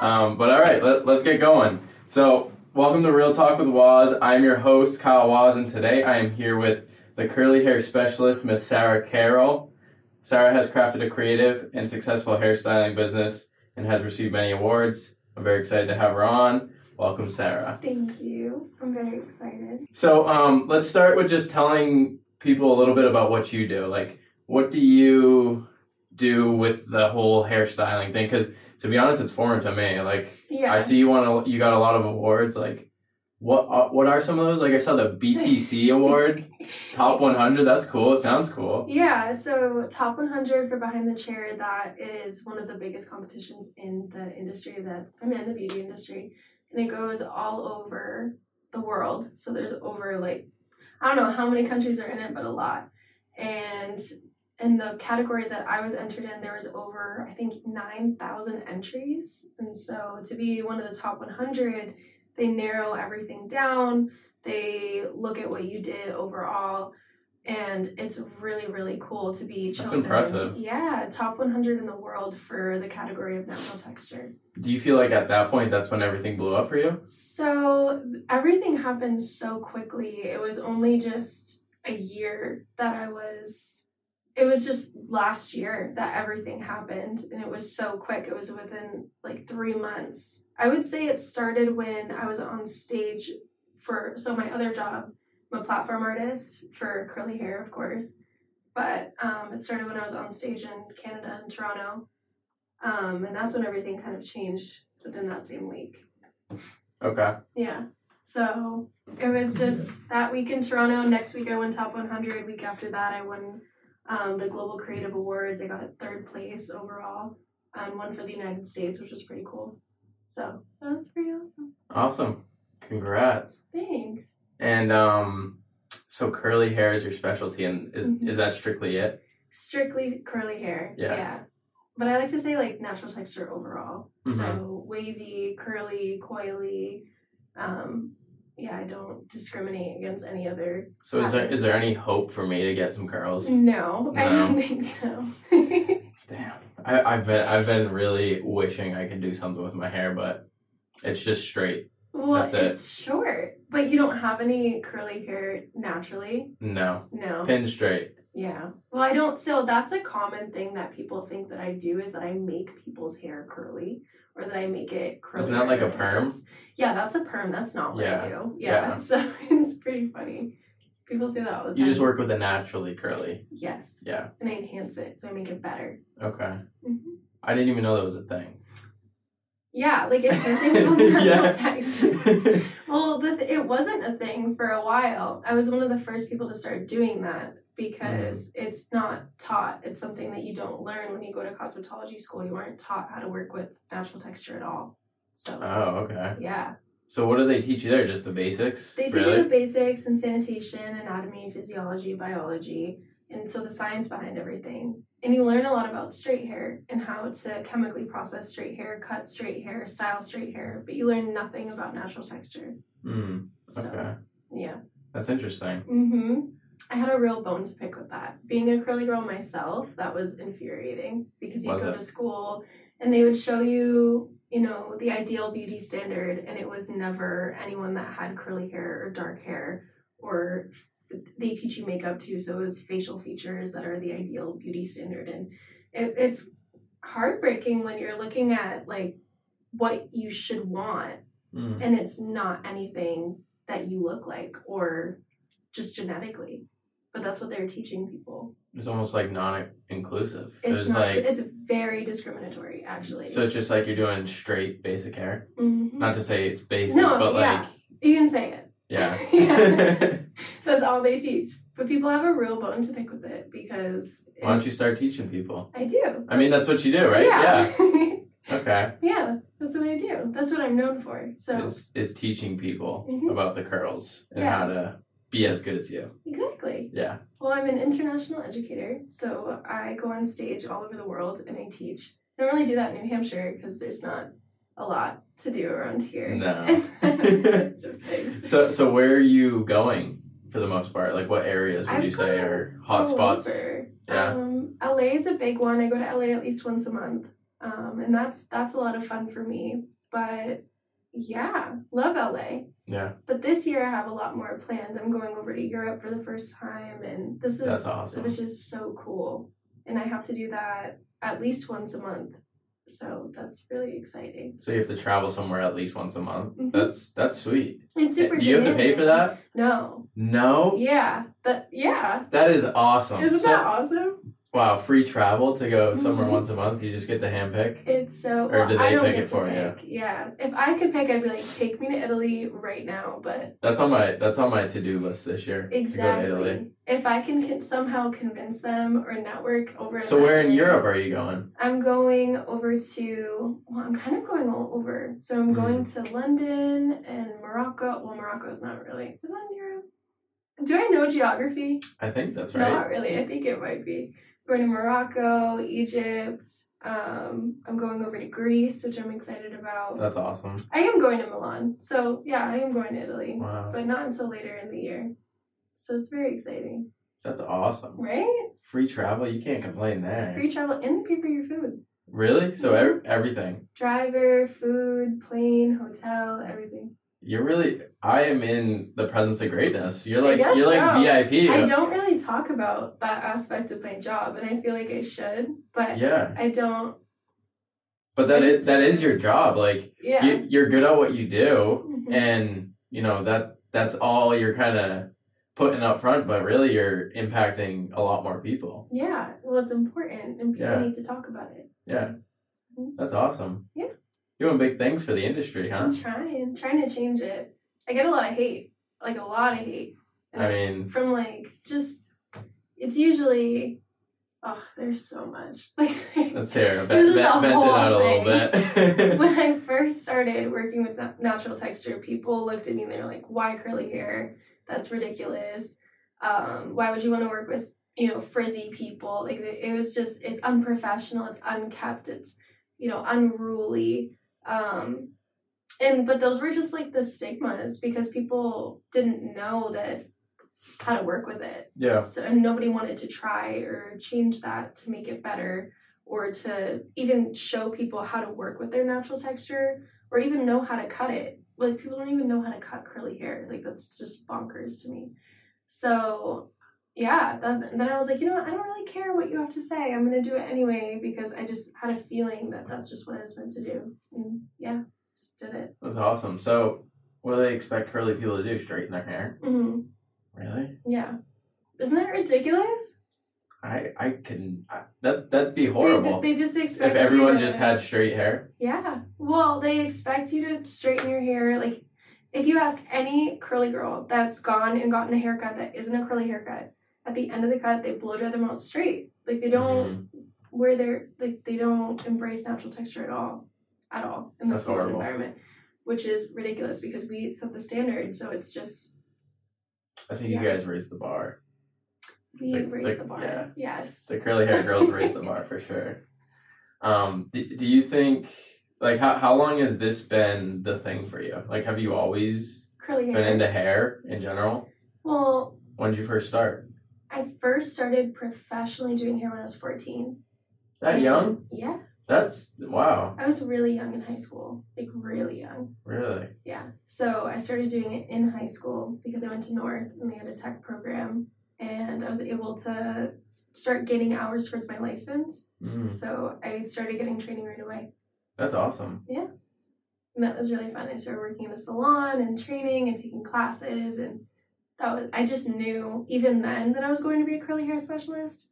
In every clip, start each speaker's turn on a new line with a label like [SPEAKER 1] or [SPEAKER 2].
[SPEAKER 1] Um, right, let, us get going. So, welcome to Real Talk with Waz. I'm your host, Kyle Waz, and today I am here with the curly hair specialist, Miss Sarah Carroll. Sarah has crafted a creative and successful hairstyling business and has received many awards. I'm very excited to have her on. Welcome, Sarah.
[SPEAKER 2] Thank you. I'm very excited.
[SPEAKER 1] So, um, let's start with just telling people a little bit about what you do. Like, what do you do with the whole hairstyling thing? Because to be honest, it's foreign to me. Like,
[SPEAKER 2] Yeah.
[SPEAKER 1] I see you want to, you got a lot of awards. Like, what are, what are some of those? Like, I saw the BTC award, top 100. That's cool. It sounds cool.
[SPEAKER 2] Yeah, so top 100 for behind the chair that is one of the biggest competitions in the industry that I'm in the beauty industry and it goes all over the world. So there's over like I don't know how many countries are in it but a lot. And in the category that I was entered in there was over I think 9,000 entries and so to be one of the top 100 they narrow everything down. They look at what you did overall and it's really really cool to be
[SPEAKER 1] That's
[SPEAKER 2] chosen.
[SPEAKER 1] impressive.
[SPEAKER 2] Yeah, top 100 in the world for the category of natural texture.
[SPEAKER 1] Do you feel like at that point that's when everything blew up for you?
[SPEAKER 2] So everything happened so quickly. It was only just a year that I was. It was just last year that everything happened, and it was so quick. It was within like three months. I would say it started when I was on stage for so my other job. I'm a platform artist for curly hair, of course, but um, it started when I was on stage in Canada in Toronto, um, and that's when everything kind of changed within that same week.
[SPEAKER 1] Okay.
[SPEAKER 2] Yeah. So it was just that week in Toronto. Next week I won top 100. Week after that I won um, the Global Creative Awards. I got third place overall. Um, one for the United States, which was pretty cool. So that was pretty awesome.
[SPEAKER 1] Awesome. Congrats.
[SPEAKER 2] Thanks.
[SPEAKER 1] And, um, so curly hair is your specialty and is,
[SPEAKER 2] Mhm.
[SPEAKER 1] is that strictly it?
[SPEAKER 2] Strictly curly hair.
[SPEAKER 1] Yeah.
[SPEAKER 2] But I like to say like natural texture overall.
[SPEAKER 1] Mm-hmm.
[SPEAKER 2] So wavy, curly, coily. Um, yeah, I don't discriminate against any other.
[SPEAKER 1] So is there, is there any hope for me to get some curls?
[SPEAKER 2] Mm-hmm. No, I don't
[SPEAKER 1] No.
[SPEAKER 2] think so.
[SPEAKER 1] Damn. I, I've been, I've been really wishing I could do something with my hair, but it's just straight.
[SPEAKER 2] Well,
[SPEAKER 1] That's it.
[SPEAKER 2] it's short, but you don't have any curly hair naturally.
[SPEAKER 1] No.
[SPEAKER 2] No.
[SPEAKER 1] Pin straight.
[SPEAKER 2] Yeah. Well, I don't. So that's a common thing that people think that I do is that I make people's hair curly or that I make it curly.
[SPEAKER 1] Isn't that like a perm?
[SPEAKER 2] Yeah, that's a perm. That's not what
[SPEAKER 1] Yeah.
[SPEAKER 2] I do. Yeah.
[SPEAKER 1] Yeah.
[SPEAKER 2] So it's pretty funny. People say that all the time.
[SPEAKER 1] You just work with a naturally curly.
[SPEAKER 2] Yes.
[SPEAKER 1] Yeah.
[SPEAKER 2] And I enhance it so I make it better.
[SPEAKER 1] Okay.
[SPEAKER 2] Mhm.
[SPEAKER 1] I didn't even know that was a thing.
[SPEAKER 2] Yeah, like enhancing people's natural
[SPEAKER 1] Yeah.
[SPEAKER 2] texture. Well, the th- it wasn't a thing for a while. I was one of the first people to start doing that
[SPEAKER 1] Mm.
[SPEAKER 2] because it's not taught. It's something that you don't learn when you go to cosmetology school. You aren't taught how to work with natural texture at all. So,
[SPEAKER 1] oh, okay.
[SPEAKER 2] yeah.
[SPEAKER 1] So what do they teach you there? Just the basics?
[SPEAKER 2] They teach
[SPEAKER 1] really?
[SPEAKER 2] you the basics in sanitation, anatomy, physiology, biology, and so the science behind everything. And you learn a lot about straight hair and how to chemically process straight hair, cut straight hair, style straight hair, but you learn nothing about natural texture.
[SPEAKER 1] Hmm.
[SPEAKER 2] So,
[SPEAKER 1] Okay.
[SPEAKER 2] yeah.
[SPEAKER 1] That's interesting.
[SPEAKER 2] hmm I had a real bone to pick with that. Being a curly girl myself, that was infuriating because you
[SPEAKER 1] Was
[SPEAKER 2] go
[SPEAKER 1] it?
[SPEAKER 2] to school and they would show you, you know, the ideal beauty standard, and it was never anyone that had curly hair or dark hair, or they teach you makeup too, so it was facial features that are the ideal beauty standard, and it, it's heartbreaking when you're looking at like what you should want
[SPEAKER 1] Mm.
[SPEAKER 2] and it's not anything that you look like or just genetically but that's what they're teaching people
[SPEAKER 1] It's almost like non-inclusive.
[SPEAKER 2] it's
[SPEAKER 1] There's
[SPEAKER 2] not
[SPEAKER 1] like
[SPEAKER 2] it's very discriminatory actually
[SPEAKER 1] so it's just like you're doing straight basic hair.
[SPEAKER 2] Mhm.
[SPEAKER 1] Not to say it's basic,
[SPEAKER 2] No,
[SPEAKER 1] but
[SPEAKER 2] yeah.
[SPEAKER 1] like
[SPEAKER 2] you can say it
[SPEAKER 1] yeah.
[SPEAKER 2] Yeah. that's all they teach but people have a real bone to pick with it because
[SPEAKER 1] Why don't you start teaching people?
[SPEAKER 2] i do
[SPEAKER 1] I mean, that's what you do, right?
[SPEAKER 2] yeah
[SPEAKER 1] Yeah. Okay.
[SPEAKER 2] Yeah, that's what i do that's what i'm known for so
[SPEAKER 1] Is is teaching people
[SPEAKER 2] Mhm.
[SPEAKER 1] about the curls and
[SPEAKER 2] Yeah.
[SPEAKER 1] how to be as good as you.
[SPEAKER 2] exactly
[SPEAKER 1] Yeah.
[SPEAKER 2] Well, I'm an international educator, so I go on stage all over the world and I teach. I don't really do that in New Hampshire because there's not a lot to do around here.
[SPEAKER 1] No.
[SPEAKER 2] Sorts of things.
[SPEAKER 1] So, so where are you going for the most part? Like, what areas would
[SPEAKER 2] I've
[SPEAKER 1] you say
[SPEAKER 2] gone
[SPEAKER 1] are
[SPEAKER 2] All
[SPEAKER 1] hot spots?
[SPEAKER 2] over.
[SPEAKER 1] Yeah.
[SPEAKER 2] Um, LA is a big one. I go to LA at least once a month, um, and that's that's a lot of fun for me. But yeah, love LA.
[SPEAKER 1] Yeah,
[SPEAKER 2] But this year I have a lot more planned. I'm going over to Europe for the first time, and this is
[SPEAKER 1] That's awesome.
[SPEAKER 2] which is so cool. And I have to do that at least once a month, so that's really exciting.
[SPEAKER 1] so you have to travel somewhere at least once a month.
[SPEAKER 2] Mhm.
[SPEAKER 1] That's that's sweet.
[SPEAKER 2] It's super.
[SPEAKER 1] Do you have to pay
[SPEAKER 2] demanding.
[SPEAKER 1] for that?
[SPEAKER 2] No.
[SPEAKER 1] No,
[SPEAKER 2] Yeah. That. Yeah.
[SPEAKER 1] that is awesome.
[SPEAKER 2] Isn't
[SPEAKER 1] Oh, So-
[SPEAKER 2] that awesome?
[SPEAKER 1] wow, free travel to go somewhere
[SPEAKER 2] Mhm.
[SPEAKER 1] once a month. You just get to handpick.
[SPEAKER 2] It's so.
[SPEAKER 1] Or
[SPEAKER 2] well,
[SPEAKER 1] do they
[SPEAKER 2] I don't
[SPEAKER 1] pick
[SPEAKER 2] get
[SPEAKER 1] it for you?
[SPEAKER 2] to pick. Yeah. If I could pick, I'd be like, take me to Italy right now. But
[SPEAKER 1] That's on my that's on my to do list this year. To go to Italy.
[SPEAKER 2] exactly, if I can con- somehow convince them or network over.
[SPEAKER 1] So where in
[SPEAKER 2] that-
[SPEAKER 1] Europe are you going?
[SPEAKER 2] I'm going over to, well, I'm kind of going all over. So I'm
[SPEAKER 1] Mhm.
[SPEAKER 2] going to London and Morocco. Well, Morocco's not really, is that in Europe? Do I know geography?
[SPEAKER 1] I think that's right.
[SPEAKER 2] Not really. I think it might be. Going to Morocco, Egypt. Um, I'm going over to Greece, which I'm excited about.
[SPEAKER 1] That's awesome.
[SPEAKER 2] I am going to Milan. So yeah, I am going to Italy,
[SPEAKER 1] Wow,
[SPEAKER 2] but not until later in the year. So it's very exciting,
[SPEAKER 1] that's awesome.
[SPEAKER 2] right?
[SPEAKER 1] Free travel, you can't complain there.
[SPEAKER 2] Free Mm-hmm. travel and they pay for your food.
[SPEAKER 1] Really? So ev- everything.
[SPEAKER 2] driver, food, plane, hotel, everything.
[SPEAKER 1] You're really. I am in the presence of greatness. You're
[SPEAKER 2] I
[SPEAKER 1] like
[SPEAKER 2] guess
[SPEAKER 1] you're like
[SPEAKER 2] so.
[SPEAKER 1] VIP.
[SPEAKER 2] I don't really talk about that aspect of my job, and I feel like I should, but
[SPEAKER 1] yeah,
[SPEAKER 2] I don't.
[SPEAKER 1] but that
[SPEAKER 2] I
[SPEAKER 1] is
[SPEAKER 2] just-
[SPEAKER 1] that is your job. Like
[SPEAKER 2] Yeah.
[SPEAKER 1] you, you're good at what you do,
[SPEAKER 2] Mhm.
[SPEAKER 1] and you know that that's all you're kind of putting up front. But really, you're impacting a lot more people.
[SPEAKER 2] yeah. Well, it's important, and people
[SPEAKER 1] Yeah.
[SPEAKER 2] need to talk about it.
[SPEAKER 1] Yeah. That's awesome.
[SPEAKER 2] Yeah.
[SPEAKER 1] Doing big things for the industry, huh?
[SPEAKER 2] I'm trying, trying to change it. I get a lot of hate, like a lot of hate.
[SPEAKER 1] I mean,
[SPEAKER 2] from like just, it's usually, oh, there's so much. Like,
[SPEAKER 1] let's hear.
[SPEAKER 2] This is
[SPEAKER 1] Vent,
[SPEAKER 2] a
[SPEAKER 1] vent, vent it
[SPEAKER 2] whole
[SPEAKER 1] out a little bit.
[SPEAKER 2] when I first started working with na- natural texture, people looked at me and they were like, "Why curly hair? That's ridiculous. Um, why would you want to work with you know frizzy people? Like it it was just it's unprofessional, it's unkept, it's you know unruly." Um, and but those were just like the stigmas because people didn't know that how to work with it
[SPEAKER 1] yeah.
[SPEAKER 2] so and nobody wanted to try or change that to make it better or to even show people how to work with their natural texture or even know how to cut it like people don't even know how to cut curly hair like that's just bonkers to me so yeah that, then i was like you know what i don't really care what you have to say i'm going to do it anyway because i just had a feeling that that's just what i was meant to do and yeah just did it
[SPEAKER 1] That's awesome. So, what do they expect curly people to do? Straighten their hair?
[SPEAKER 2] hmm
[SPEAKER 1] Really?
[SPEAKER 2] yeah isn't that ridiculous
[SPEAKER 1] I I can I, that that'd be
[SPEAKER 2] They-
[SPEAKER 1] horrible.
[SPEAKER 2] They, just expect
[SPEAKER 1] if everyone
[SPEAKER 2] you to-
[SPEAKER 1] just had straight hair.
[SPEAKER 2] Yeah. Well, they expect you to straighten your hair. Like, if you ask any curly girl that's gone and gotten a haircut that isn't a curly haircut, at the end of the cut, they blow dry them out straight. Like, they
[SPEAKER 1] Mm-hmm.
[SPEAKER 2] don't wear their, like, they don't embrace natural texture at all, at all in
[SPEAKER 1] That's
[SPEAKER 2] this whole
[SPEAKER 1] horrible.
[SPEAKER 2] environment, which is ridiculous because we set the standard. So it's just,
[SPEAKER 1] I think you
[SPEAKER 2] Yeah.
[SPEAKER 1] guys raised the bar.
[SPEAKER 2] we
[SPEAKER 1] Like-
[SPEAKER 2] raise
[SPEAKER 1] like,
[SPEAKER 2] the bar.
[SPEAKER 1] yeah.
[SPEAKER 2] Yes.
[SPEAKER 1] The curly hair girls raised the bar for sure. Um, do, do you think like how how long has this been the thing for you? Like, have you always
[SPEAKER 2] Curly
[SPEAKER 1] been
[SPEAKER 2] hair.
[SPEAKER 1] into hair in general?
[SPEAKER 2] well,
[SPEAKER 1] When did you first start?
[SPEAKER 2] I first started professionally doing hair when I was 14.
[SPEAKER 1] That young?
[SPEAKER 2] Yeah.
[SPEAKER 1] That's wow,
[SPEAKER 2] I was really young in high school, like really young.
[SPEAKER 1] really.
[SPEAKER 2] Yeah. So I started doing it in high school because I went to North and they had a tech program, and I was able to start gaining hours towards my license.
[SPEAKER 1] Mm,
[SPEAKER 2] So I started getting training right away.
[SPEAKER 1] that's awesome.
[SPEAKER 2] And that was really fun. I started working in a salon and training and taking classes and that was I just knew even then that I was going to be a curly hair specialist.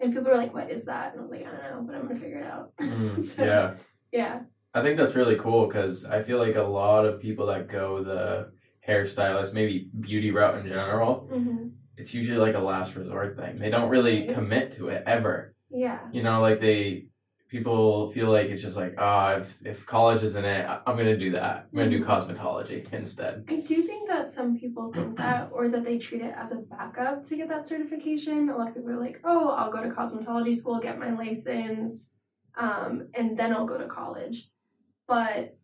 [SPEAKER 2] And people were like, What is that? And I was like, I don't know, but I'm gonna figure it out.
[SPEAKER 1] Mm,
[SPEAKER 2] So-
[SPEAKER 1] yeah.
[SPEAKER 2] Yeah.
[SPEAKER 1] I think that's really cool because I feel like a lot of people that go the hairstylist, maybe beauty route in general,
[SPEAKER 2] hmm
[SPEAKER 1] it's usually like a last resort thing. They don't really
[SPEAKER 2] Right.
[SPEAKER 1] commit to it ever.
[SPEAKER 2] Yeah.
[SPEAKER 1] You know, like they people feel like it's just like, ah, if, if college isn't it, I- I'm gonna do that. I'm gonna
[SPEAKER 2] Mm-hmm.
[SPEAKER 1] do cosmetology instead.
[SPEAKER 2] I do think that some people think that or that they treat it as a backup to get that certification. A lot of people are like, Oh, I'll go to cosmetology school, get my license, um, and then I'll go to college. But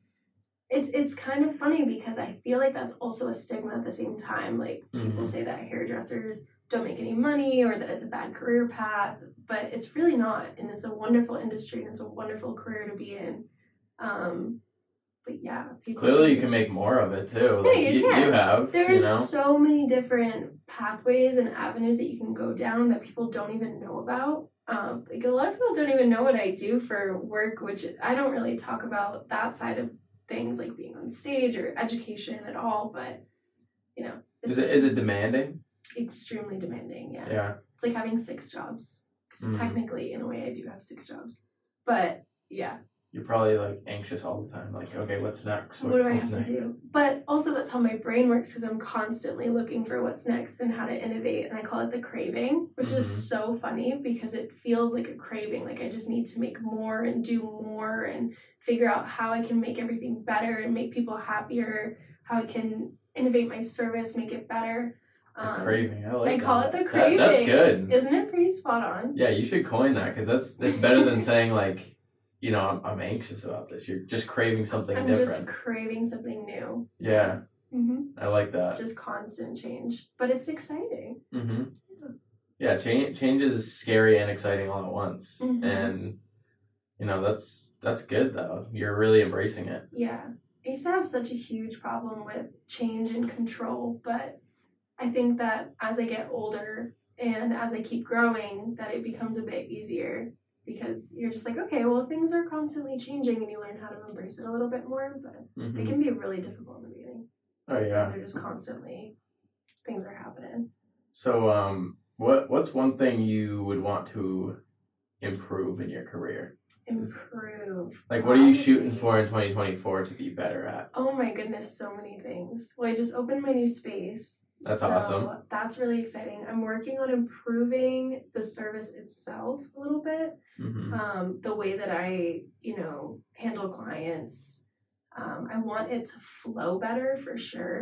[SPEAKER 2] it's it's kind of funny because I feel like that's also a stigma at the same time. Like people
[SPEAKER 1] Mhm.
[SPEAKER 2] say that hairdressers don't make any money or that it's a bad career path, but it's really not. And it's a wonderful industry and it's a wonderful career to be in. Um, But yeah, people
[SPEAKER 1] Clearly, you
[SPEAKER 2] think
[SPEAKER 1] can
[SPEAKER 2] it's-
[SPEAKER 1] make more of it too.
[SPEAKER 2] Yeah, you can.
[SPEAKER 1] You have.
[SPEAKER 2] There's
[SPEAKER 1] you know?
[SPEAKER 2] so many different pathways and avenues that you can go down that people don't even know about. Um, like a lot of people don't even know what I do for work, which I don't really talk about that side of things, like being on stage or education at all. But you know, it's
[SPEAKER 1] Is it is it demanding?
[SPEAKER 2] extremely demanding. Yeah,
[SPEAKER 1] Yeah.
[SPEAKER 2] it's like having six jobs. Because
[SPEAKER 1] Mhm.
[SPEAKER 2] technically, in a way, I do have six jobs. But yeah,
[SPEAKER 1] You're probably like anxious all the time. Like, okay, what's next?
[SPEAKER 2] what do I
[SPEAKER 1] what's
[SPEAKER 2] have to
[SPEAKER 1] next?
[SPEAKER 2] do? But also, that's how my brain works because I'm constantly looking for what's next and how to innovate. And I call it the craving, which
[SPEAKER 1] Mhm.
[SPEAKER 2] is so funny because it feels like a craving. Like I just need to make more and do more and figure out how I can make everything better and make people happier, how I can innovate my service, make it better.
[SPEAKER 1] The craving. I like.
[SPEAKER 2] I Um, call
[SPEAKER 1] that.
[SPEAKER 2] it the
[SPEAKER 1] That- that's
[SPEAKER 2] craving.
[SPEAKER 1] good.
[SPEAKER 2] Isn't it pretty spot on?
[SPEAKER 1] yeah, you should coin that because that's it's better than saying like, you know, I'm, I'm anxious about this. You're just craving something
[SPEAKER 2] I'm
[SPEAKER 1] different.
[SPEAKER 2] just craving something new.
[SPEAKER 1] Yeah,
[SPEAKER 2] hmm
[SPEAKER 1] I like that.
[SPEAKER 2] Just constant change, but it's exciting.
[SPEAKER 1] hmm Yeah, change change is scary and exciting all at once,
[SPEAKER 2] Mhm.
[SPEAKER 1] and you know that's that's good though. You're really embracing it.
[SPEAKER 2] Yeah. I used to have such a huge problem with change and control, but I think that as I get older and as I keep growing, that it becomes a bit easier because you're just like, okay, well, things are constantly changing and you learn how to embrace it a little bit more, but
[SPEAKER 1] hmm
[SPEAKER 2] it can be really difficult in the beginning.
[SPEAKER 1] Oh yeah.
[SPEAKER 2] Things are just constantly, things are happening.
[SPEAKER 1] So um, what what's one thing you would want to improve in your career?
[SPEAKER 2] Improve.
[SPEAKER 1] Like, what are you shooting
[SPEAKER 2] Probably-
[SPEAKER 1] for in 2024 to be better at?
[SPEAKER 2] Oh my goodness, so many things. Well, I just opened my new space.
[SPEAKER 1] That's
[SPEAKER 2] so
[SPEAKER 1] awesome.
[SPEAKER 2] That's really exciting. I'm working on improving the service itself a little bit.
[SPEAKER 1] hmm
[SPEAKER 2] Um, the way that I, you know, handle clients. Um, I want it to flow better for sure.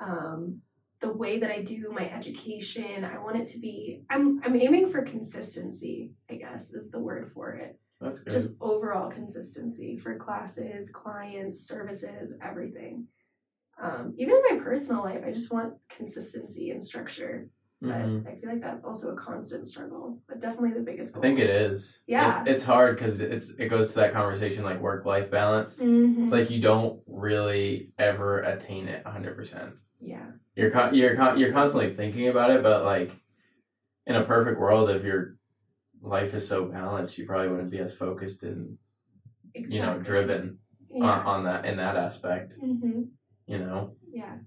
[SPEAKER 2] Um, the way that I do my education, I want it to be. I'm I'm aiming for consistency. I guess is the word for it
[SPEAKER 1] That's good.
[SPEAKER 2] just overall consistency for classes, clients, services, everything. Um, even in my personal life, I just want consistency and structure. But
[SPEAKER 1] Mhm.
[SPEAKER 2] I feel like that's also a constant struggle, but definitely the
[SPEAKER 1] I
[SPEAKER 2] biggest goal.
[SPEAKER 1] think it is.
[SPEAKER 2] Yeah.
[SPEAKER 1] It's, it's hard because it's it goes to that conversation like work life balance.
[SPEAKER 2] Mhm.
[SPEAKER 1] It's like you don't really ever attain it 100. percent
[SPEAKER 2] yeah,
[SPEAKER 1] you're con- you're con- you're constantly thinking about it, but like in a perfect world, if your life is so balanced, you probably wouldn't be as focused and
[SPEAKER 2] exactly.
[SPEAKER 1] you know driven on,
[SPEAKER 2] Yeah.
[SPEAKER 1] on that in that aspect.
[SPEAKER 2] hmm
[SPEAKER 1] You know,
[SPEAKER 2] Yeah.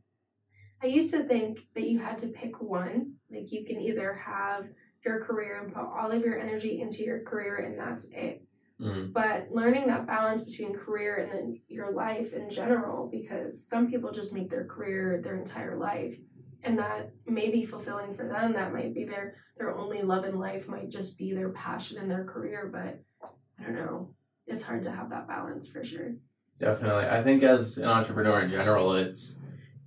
[SPEAKER 2] I used to think that you had to pick one. Like you can either have your career and put all of your energy into your career and that's it.
[SPEAKER 1] mm,
[SPEAKER 2] but learning that balance between career and then your life in general because some people just make their career their entire life and that may be fulfilling for them that might be their their only love in life might just be their passion and their career but i don't know it's hard to have that balance for sure
[SPEAKER 1] definitely. I think as an entrepreneur in general, it's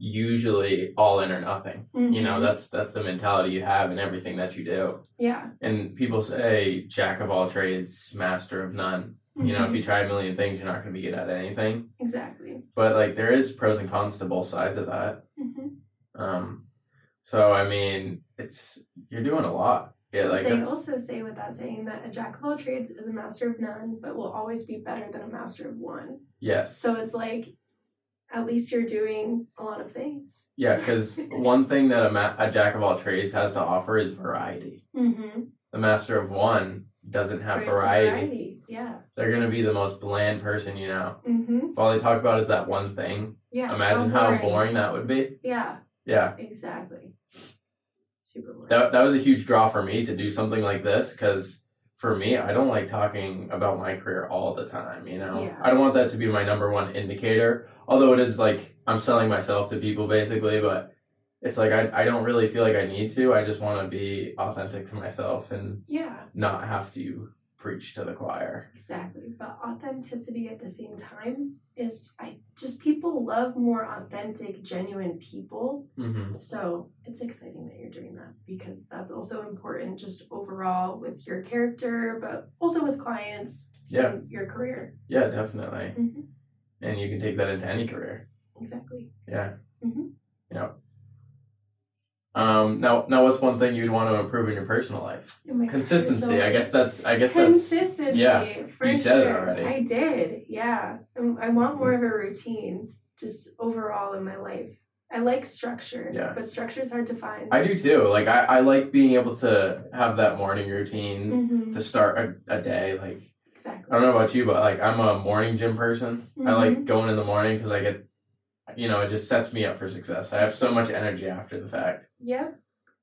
[SPEAKER 1] usually all in or nothing. You know,
[SPEAKER 2] Mm-hmm.
[SPEAKER 1] that's that's the mentality you have in everything that you do.
[SPEAKER 2] yeah
[SPEAKER 1] And people say jack of all trades, master of none. You know, if
[SPEAKER 2] Mhm.
[SPEAKER 1] you try a million things, you're not going to be good at anything.
[SPEAKER 2] Mm-hmm. exactly
[SPEAKER 1] But like, there is pros and cons to both sides of that.
[SPEAKER 2] hmm
[SPEAKER 1] Um, so I mean, it's you're doing a lot. Yeah, like
[SPEAKER 2] they
[SPEAKER 1] that's,
[SPEAKER 2] also say with that saying that a jack of all trades is a master of none but will always be better than a master of one
[SPEAKER 1] yes,
[SPEAKER 2] so it's like at least you're doing a lot of things
[SPEAKER 1] yeah. Because one thing that a, ma- a jack of all trades has to offer is variety.
[SPEAKER 2] Mm-hmm.
[SPEAKER 1] The master of one doesn't have variety.
[SPEAKER 2] Yeah.
[SPEAKER 1] They're gonna be the most bland person you know.
[SPEAKER 2] Mm-hmm.
[SPEAKER 1] If all they talk about is that one thing,
[SPEAKER 2] Yeah.
[SPEAKER 1] imagine how boring that would be.
[SPEAKER 2] Yeah.
[SPEAKER 1] Yeah,
[SPEAKER 2] Exactly. Super boring.
[SPEAKER 1] that that was a huge draw for me to do something like this because for me, I don't like talking about my career all the time. You know,
[SPEAKER 2] Yeah.
[SPEAKER 1] I don't want that to be my number one indicator. Although it is like I'm selling myself to people basically, but it's like I I don't really feel like I need to. I just want to be authentic to myself and
[SPEAKER 2] yeah.
[SPEAKER 1] not have to preach to the choir.
[SPEAKER 2] Exactly. But authenticity at the same time is I just people love more authentic, genuine people.
[SPEAKER 1] Mm-hmm.
[SPEAKER 2] So it's exciting that you're doing that because that's also important just overall with your character, but also with clients.
[SPEAKER 1] Yeah.
[SPEAKER 2] and your career.
[SPEAKER 1] Yeah, definitely.
[SPEAKER 2] Mm-hmm.
[SPEAKER 1] And you can take that into any career.
[SPEAKER 2] Exactly.
[SPEAKER 1] Yeah.
[SPEAKER 2] Mhm.
[SPEAKER 1] Yeah. Um, now, now, what's one thing you'd want to improve in your personal life?
[SPEAKER 2] Oh my God, it's so
[SPEAKER 1] Consistency. I guess that's. I guess that's.
[SPEAKER 2] Consistency.
[SPEAKER 1] yeah,
[SPEAKER 2] for
[SPEAKER 1] you said it
[SPEAKER 2] sure.
[SPEAKER 1] already.
[SPEAKER 2] I did. Yeah. Um, I want more of a routine just overall in my life. I like structure,
[SPEAKER 1] Yeah.
[SPEAKER 2] but structure is hard to find.
[SPEAKER 1] I do too. Like I, I like being able to have that morning routine
[SPEAKER 2] Mhm,
[SPEAKER 1] to start a, a day. Like I
[SPEAKER 2] Exactly. Mm-hmm.
[SPEAKER 1] don't know about you, but like I'm a morning gym person. I like going in the morning because I get, you know, it just sets me up for success. I have so much energy after the fact.
[SPEAKER 2] Yep.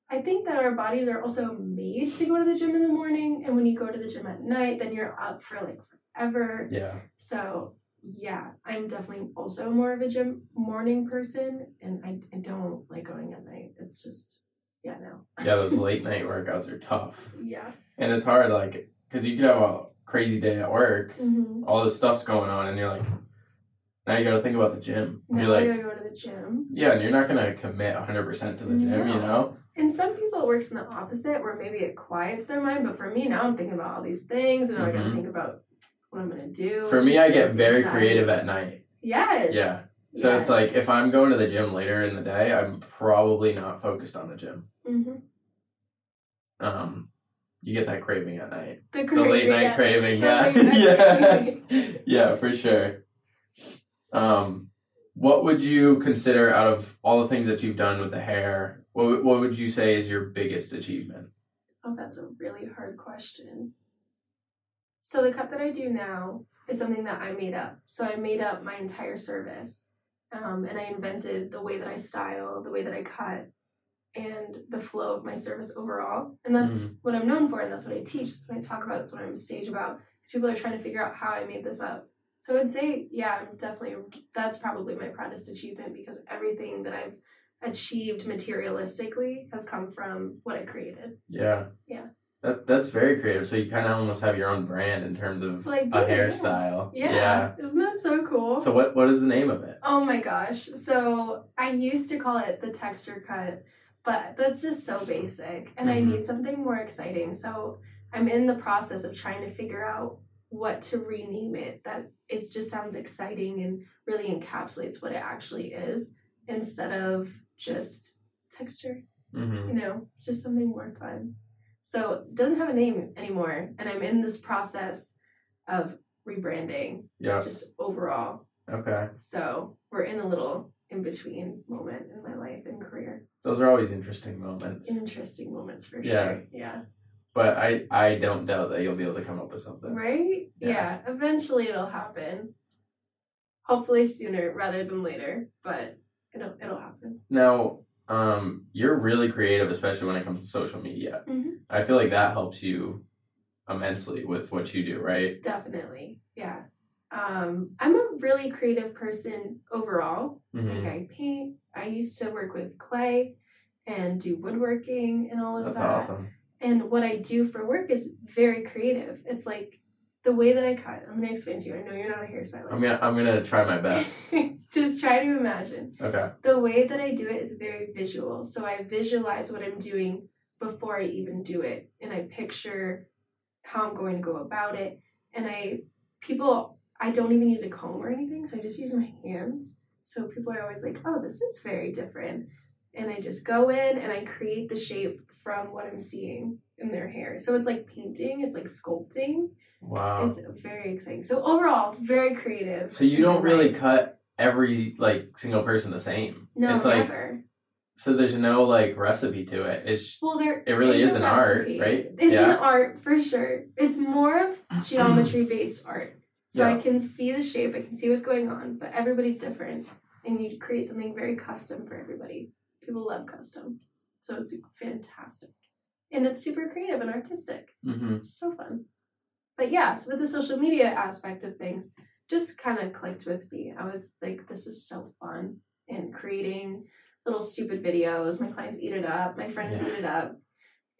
[SPEAKER 2] I think that our bodies are also made to go to the gym in the morning, and when you go to the gym at night, then you're up for like forever.
[SPEAKER 1] Yeah.
[SPEAKER 2] So yeah, I'm definitely also more of a gym morning person, and I, I don't like going at night. It's just yeah, no.
[SPEAKER 1] Yeah. Those late night workouts are tough,
[SPEAKER 2] Yes.
[SPEAKER 1] and it's hard. Like because you could have a crazy day at work,
[SPEAKER 2] Mm-hmm.
[SPEAKER 1] all this stuff's going on, and you're like, now you got to think about the gym.
[SPEAKER 2] Now
[SPEAKER 1] You're
[SPEAKER 2] I
[SPEAKER 1] like,
[SPEAKER 2] gotta go to the gym.
[SPEAKER 1] yeah, and you're not gonna commit 100 percent to the gym. You
[SPEAKER 2] No.
[SPEAKER 1] know.
[SPEAKER 2] And some people it works in the opposite, where maybe it quiets their mind. But for me now, I'm thinking about all these things, and I
[SPEAKER 1] Mhm.
[SPEAKER 2] gotta think about what I'm gonna do.
[SPEAKER 1] For
[SPEAKER 2] It
[SPEAKER 1] me,
[SPEAKER 2] just
[SPEAKER 1] I get
[SPEAKER 2] feels
[SPEAKER 1] very
[SPEAKER 2] inside.
[SPEAKER 1] creative at night.
[SPEAKER 2] Yes.
[SPEAKER 1] Yeah. So it's like if I'm going to the gym later in the day, I'm probably not focused on the gym.
[SPEAKER 2] hmm
[SPEAKER 1] Um, you get that craving at night,
[SPEAKER 2] the,
[SPEAKER 1] the late night
[SPEAKER 2] yeah.
[SPEAKER 1] craving.
[SPEAKER 2] The
[SPEAKER 1] Yeah,
[SPEAKER 2] late night
[SPEAKER 1] yeah,
[SPEAKER 2] craving.
[SPEAKER 1] yeah, for sure. Um, what would you consider out of all the things that you've done with the hair? What would- what would you say is your biggest achievement?
[SPEAKER 2] Oh, that's a really hard question. So the cut that I do now is something that I made up. So I made up my entire service, um, and I invented the way that I style, the way that I cut, and the flow of my service overall. And that's what I'm known for, and that's what I teach. That's what I talk about. That's what I'm on stage about. Because people are trying to figure out how I made this up. So I would say, yeah, I'm definitely. That's probably my proudest achievement because everything that I've achieved materialistically has come from what I created.
[SPEAKER 1] Yeah.
[SPEAKER 2] Yeah.
[SPEAKER 1] That that's very creative. So you kind of almost have your own brand in terms of
[SPEAKER 2] Well, I
[SPEAKER 1] a
[SPEAKER 2] do, yeah.
[SPEAKER 1] hairstyle.
[SPEAKER 2] Yeah. Isn't that so cool?
[SPEAKER 1] So what what is the name of it?
[SPEAKER 2] oh my gosh. So I used to call it the texture cut, but that's just so basic. And
[SPEAKER 1] Mhm.
[SPEAKER 2] I need something more exciting. So I'm in the process of trying to figure out what to rename it that it just sounds exciting and really encapsulates what it actually is instead of just texture
[SPEAKER 1] Mm-hmm.
[SPEAKER 2] you know, just something more fun. So it doesn't have a name anymore, and I'm in this process of rebranding
[SPEAKER 1] Yeah.
[SPEAKER 2] just overall.
[SPEAKER 1] Okay.
[SPEAKER 2] So we're in a little in between moment in my life and career.
[SPEAKER 1] those are always interesting moments.
[SPEAKER 2] Interesting moments for
[SPEAKER 1] Yeah.
[SPEAKER 2] sure. Yeah.
[SPEAKER 1] But I, I don't doubt that you'll be able to come up with something.
[SPEAKER 2] Right?
[SPEAKER 1] Yeah.
[SPEAKER 2] Yeah. Eventually it'll happen. Hopefully sooner rather than later, but it'll it'll happen.
[SPEAKER 1] Now, um, you're really creative, especially when it comes to social media.
[SPEAKER 2] Mhm.
[SPEAKER 1] I feel like that helps you immensely with what you do, right?
[SPEAKER 2] Definitely. Yeah. Um, I'm a really creative person overall.
[SPEAKER 1] Mhm.
[SPEAKER 2] Like I paint. I used to work with clay and do woodworking and all of
[SPEAKER 1] That's
[SPEAKER 2] that.
[SPEAKER 1] awesome.
[SPEAKER 2] And what I do for work is very creative. It's like the way that I cut. I'm gonna explain to you. I know you're not a hairstylist.
[SPEAKER 1] I'm gonna I'm gonna try my best.
[SPEAKER 2] Just try to imagine.
[SPEAKER 1] Okay.
[SPEAKER 2] The way that I do it is very visual. So I visualize what I'm doing before I even do it, and I picture how I'm going to go about it. And I, people, I don't even use a comb or anything, so I just use my hands. So people are always like, oh, this is very different. And I just go in and I create the shape from what I'm seeing in their hair. So it's like painting, it's like sculpting.
[SPEAKER 1] Wow.
[SPEAKER 2] It's very exciting. So overall, very creative.
[SPEAKER 1] so you don't really
[SPEAKER 2] Right.
[SPEAKER 1] cut every like single person the same.
[SPEAKER 2] No,
[SPEAKER 1] It's like
[SPEAKER 2] never.
[SPEAKER 1] so there's no like recipe to it. It's
[SPEAKER 2] Well, there.
[SPEAKER 1] It really is
[SPEAKER 2] a
[SPEAKER 1] an art,
[SPEAKER 2] recipe.
[SPEAKER 1] right?
[SPEAKER 2] It's
[SPEAKER 1] Yeah.
[SPEAKER 2] an art for sure. It's more of geometry based art. So I
[SPEAKER 1] Yeah.
[SPEAKER 2] can see the shape, I can see what's going on, but everybody's different, and you create something very custom for everybody. People love custom, so it's fantastic, and it's super creative and artistic.
[SPEAKER 1] hmm
[SPEAKER 2] So fun. But yeah, so with the social media aspect of things, just kind of clicked with me. I was like, this is so fun. And creating little stupid videos. My clients eat it up, my friends
[SPEAKER 1] Yeah.
[SPEAKER 2] eat it up.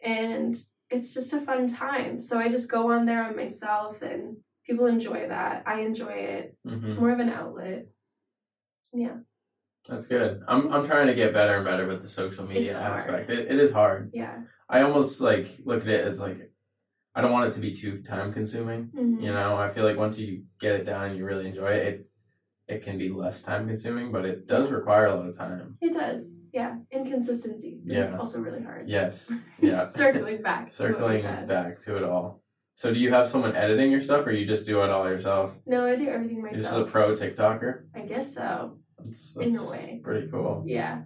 [SPEAKER 2] And it's just a fun time. So I just go on there on myself and people enjoy that. I enjoy it.
[SPEAKER 1] hmm
[SPEAKER 2] It's more of an outlet.
[SPEAKER 1] That's good. I'm I'm trying to get better and better with the social media
[SPEAKER 2] hard.
[SPEAKER 1] aspect. It, it is hard.
[SPEAKER 2] Yeah.
[SPEAKER 1] I almost like look at it as like I don't want it to be too time consuming.
[SPEAKER 2] Mhm.
[SPEAKER 1] You know, I feel like once you get it down and you really enjoy it, it, it can be less time consuming, but it does require a lot of time.
[SPEAKER 2] It does. Yeah, inconsistency, which
[SPEAKER 1] Yeah.
[SPEAKER 2] is also really hard.
[SPEAKER 1] Yes. Yeah.
[SPEAKER 2] Circling back. to what we
[SPEAKER 1] Circling
[SPEAKER 2] said.
[SPEAKER 1] back to it all. So do you have someone editing your stuff, or you just do it all yourself?
[SPEAKER 2] No, I do everything
[SPEAKER 1] You're just a
[SPEAKER 2] myself.
[SPEAKER 1] pro TikToker.
[SPEAKER 2] I guess so,
[SPEAKER 1] That's,
[SPEAKER 2] in a
[SPEAKER 1] that's
[SPEAKER 2] way.
[SPEAKER 1] Pretty cool.
[SPEAKER 2] Yeah.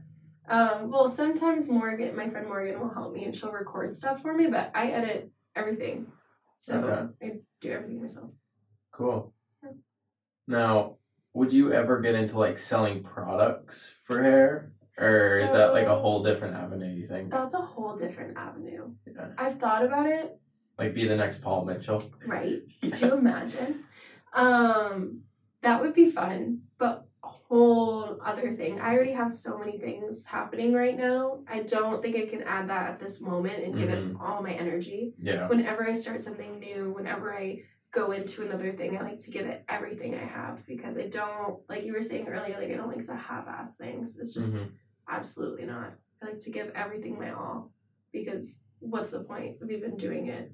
[SPEAKER 2] Um, well, sometimes Morgan, my friend Morgan, will help me and she'll record stuff for me, but I edit everything. So I do everything myself.
[SPEAKER 1] Cool.
[SPEAKER 2] Yeah.
[SPEAKER 1] Now, would you ever get into like selling products for hair, or Er, is that like a
[SPEAKER 2] So-
[SPEAKER 1] whole different avenue? You think?
[SPEAKER 2] That's a whole different avenue.
[SPEAKER 1] Yeah.
[SPEAKER 2] I've thought about it,
[SPEAKER 1] Like be the next Paul Mitchell?
[SPEAKER 2] right? Could you imagine? Um, that would be fun, but a whole other thing. I already have so many things happening right now. I don't think I can add that at this moment and give
[SPEAKER 1] Mm-hmm.
[SPEAKER 2] it all my energy.
[SPEAKER 1] Yeah.
[SPEAKER 2] Whenever I start something new, whenever I go into another thing, I like to give it everything I have because I don't, like you were saying earlier, like I don't like to half ass things. It's just
[SPEAKER 1] Mhm.
[SPEAKER 2] Absolutely not. I like to give everything my all because what's the point of even doing it?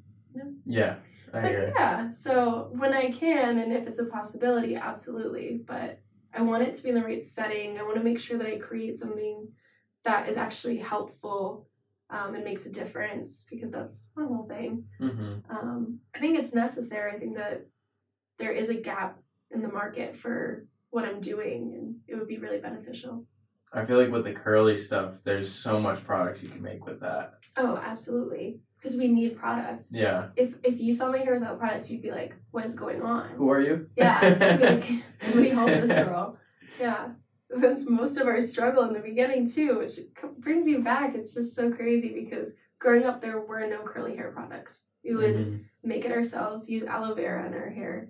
[SPEAKER 1] Yeah. I
[SPEAKER 2] But
[SPEAKER 1] agree.
[SPEAKER 2] yeah, so when I can and if it's a possibility, absolutely. But I want it to be in the right setting. I want to make sure that I create something that is actually helpful um, and makes a difference because that's my whole thing.
[SPEAKER 1] hmm
[SPEAKER 2] Um, I think it's necessary. I think that there is a gap in the market for what I'm doing and it would be really beneficial.
[SPEAKER 1] I feel like with the curly stuff, there's so much product you can make with that.
[SPEAKER 2] Oh, absolutely. Because we need product.
[SPEAKER 1] Yeah.
[SPEAKER 2] if if you saw my hair without product, you'd be like, "What is going on?"
[SPEAKER 1] Who are you?
[SPEAKER 2] Yeah, you'd be like, somebody help this girl. Yeah, that's most of our struggle in the beginning too, which co- brings me back. It's just so crazy because growing up, there were no curly hair products. We would
[SPEAKER 1] Mhm.
[SPEAKER 2] make it ourselves, use aloe vera in our hair,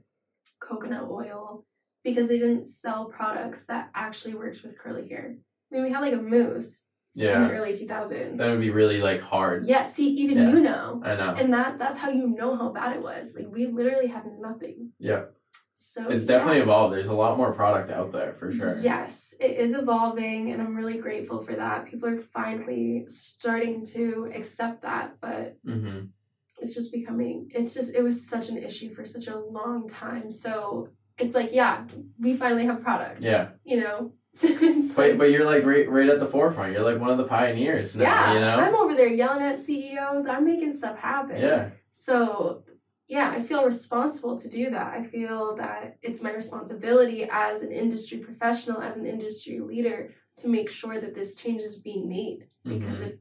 [SPEAKER 2] coconut oil, because they didn't sell products that actually worked with curly hair. I mean, we had like a mousse in
[SPEAKER 1] Yeah.
[SPEAKER 2] the early two thousands.
[SPEAKER 1] That would be really like hard.
[SPEAKER 2] Yeah, see, even
[SPEAKER 1] Yeah.
[SPEAKER 2] you know.
[SPEAKER 1] I know.
[SPEAKER 2] And that that's how you know how bad it was. Like we literally had nothing.
[SPEAKER 1] Yeah.
[SPEAKER 2] So
[SPEAKER 1] It's
[SPEAKER 2] yeah.
[SPEAKER 1] definitely evolved. There's a lot more product out there for sure.
[SPEAKER 2] Yes, it is evolving and I'm really grateful for that. People are finally starting to accept that, but
[SPEAKER 1] hmm
[SPEAKER 2] it's just becoming it's just it was such an issue for such a long time. So it's like, yeah, we finally have products.
[SPEAKER 1] Yeah.
[SPEAKER 2] You know? So it's
[SPEAKER 1] But
[SPEAKER 2] like,
[SPEAKER 1] but you're like right right at the forefront. You're like one of the pioneers now.
[SPEAKER 2] yeah,
[SPEAKER 1] You know.
[SPEAKER 2] I'm over there yelling at CEOs. I'm making stuff happen.
[SPEAKER 1] yeah.
[SPEAKER 2] So, yeah, I feel responsible to do that. I feel that it's my responsibility as an industry professional, as an industry leader, to make sure that this change is being made.
[SPEAKER 1] Mm-hmm.
[SPEAKER 2] Because if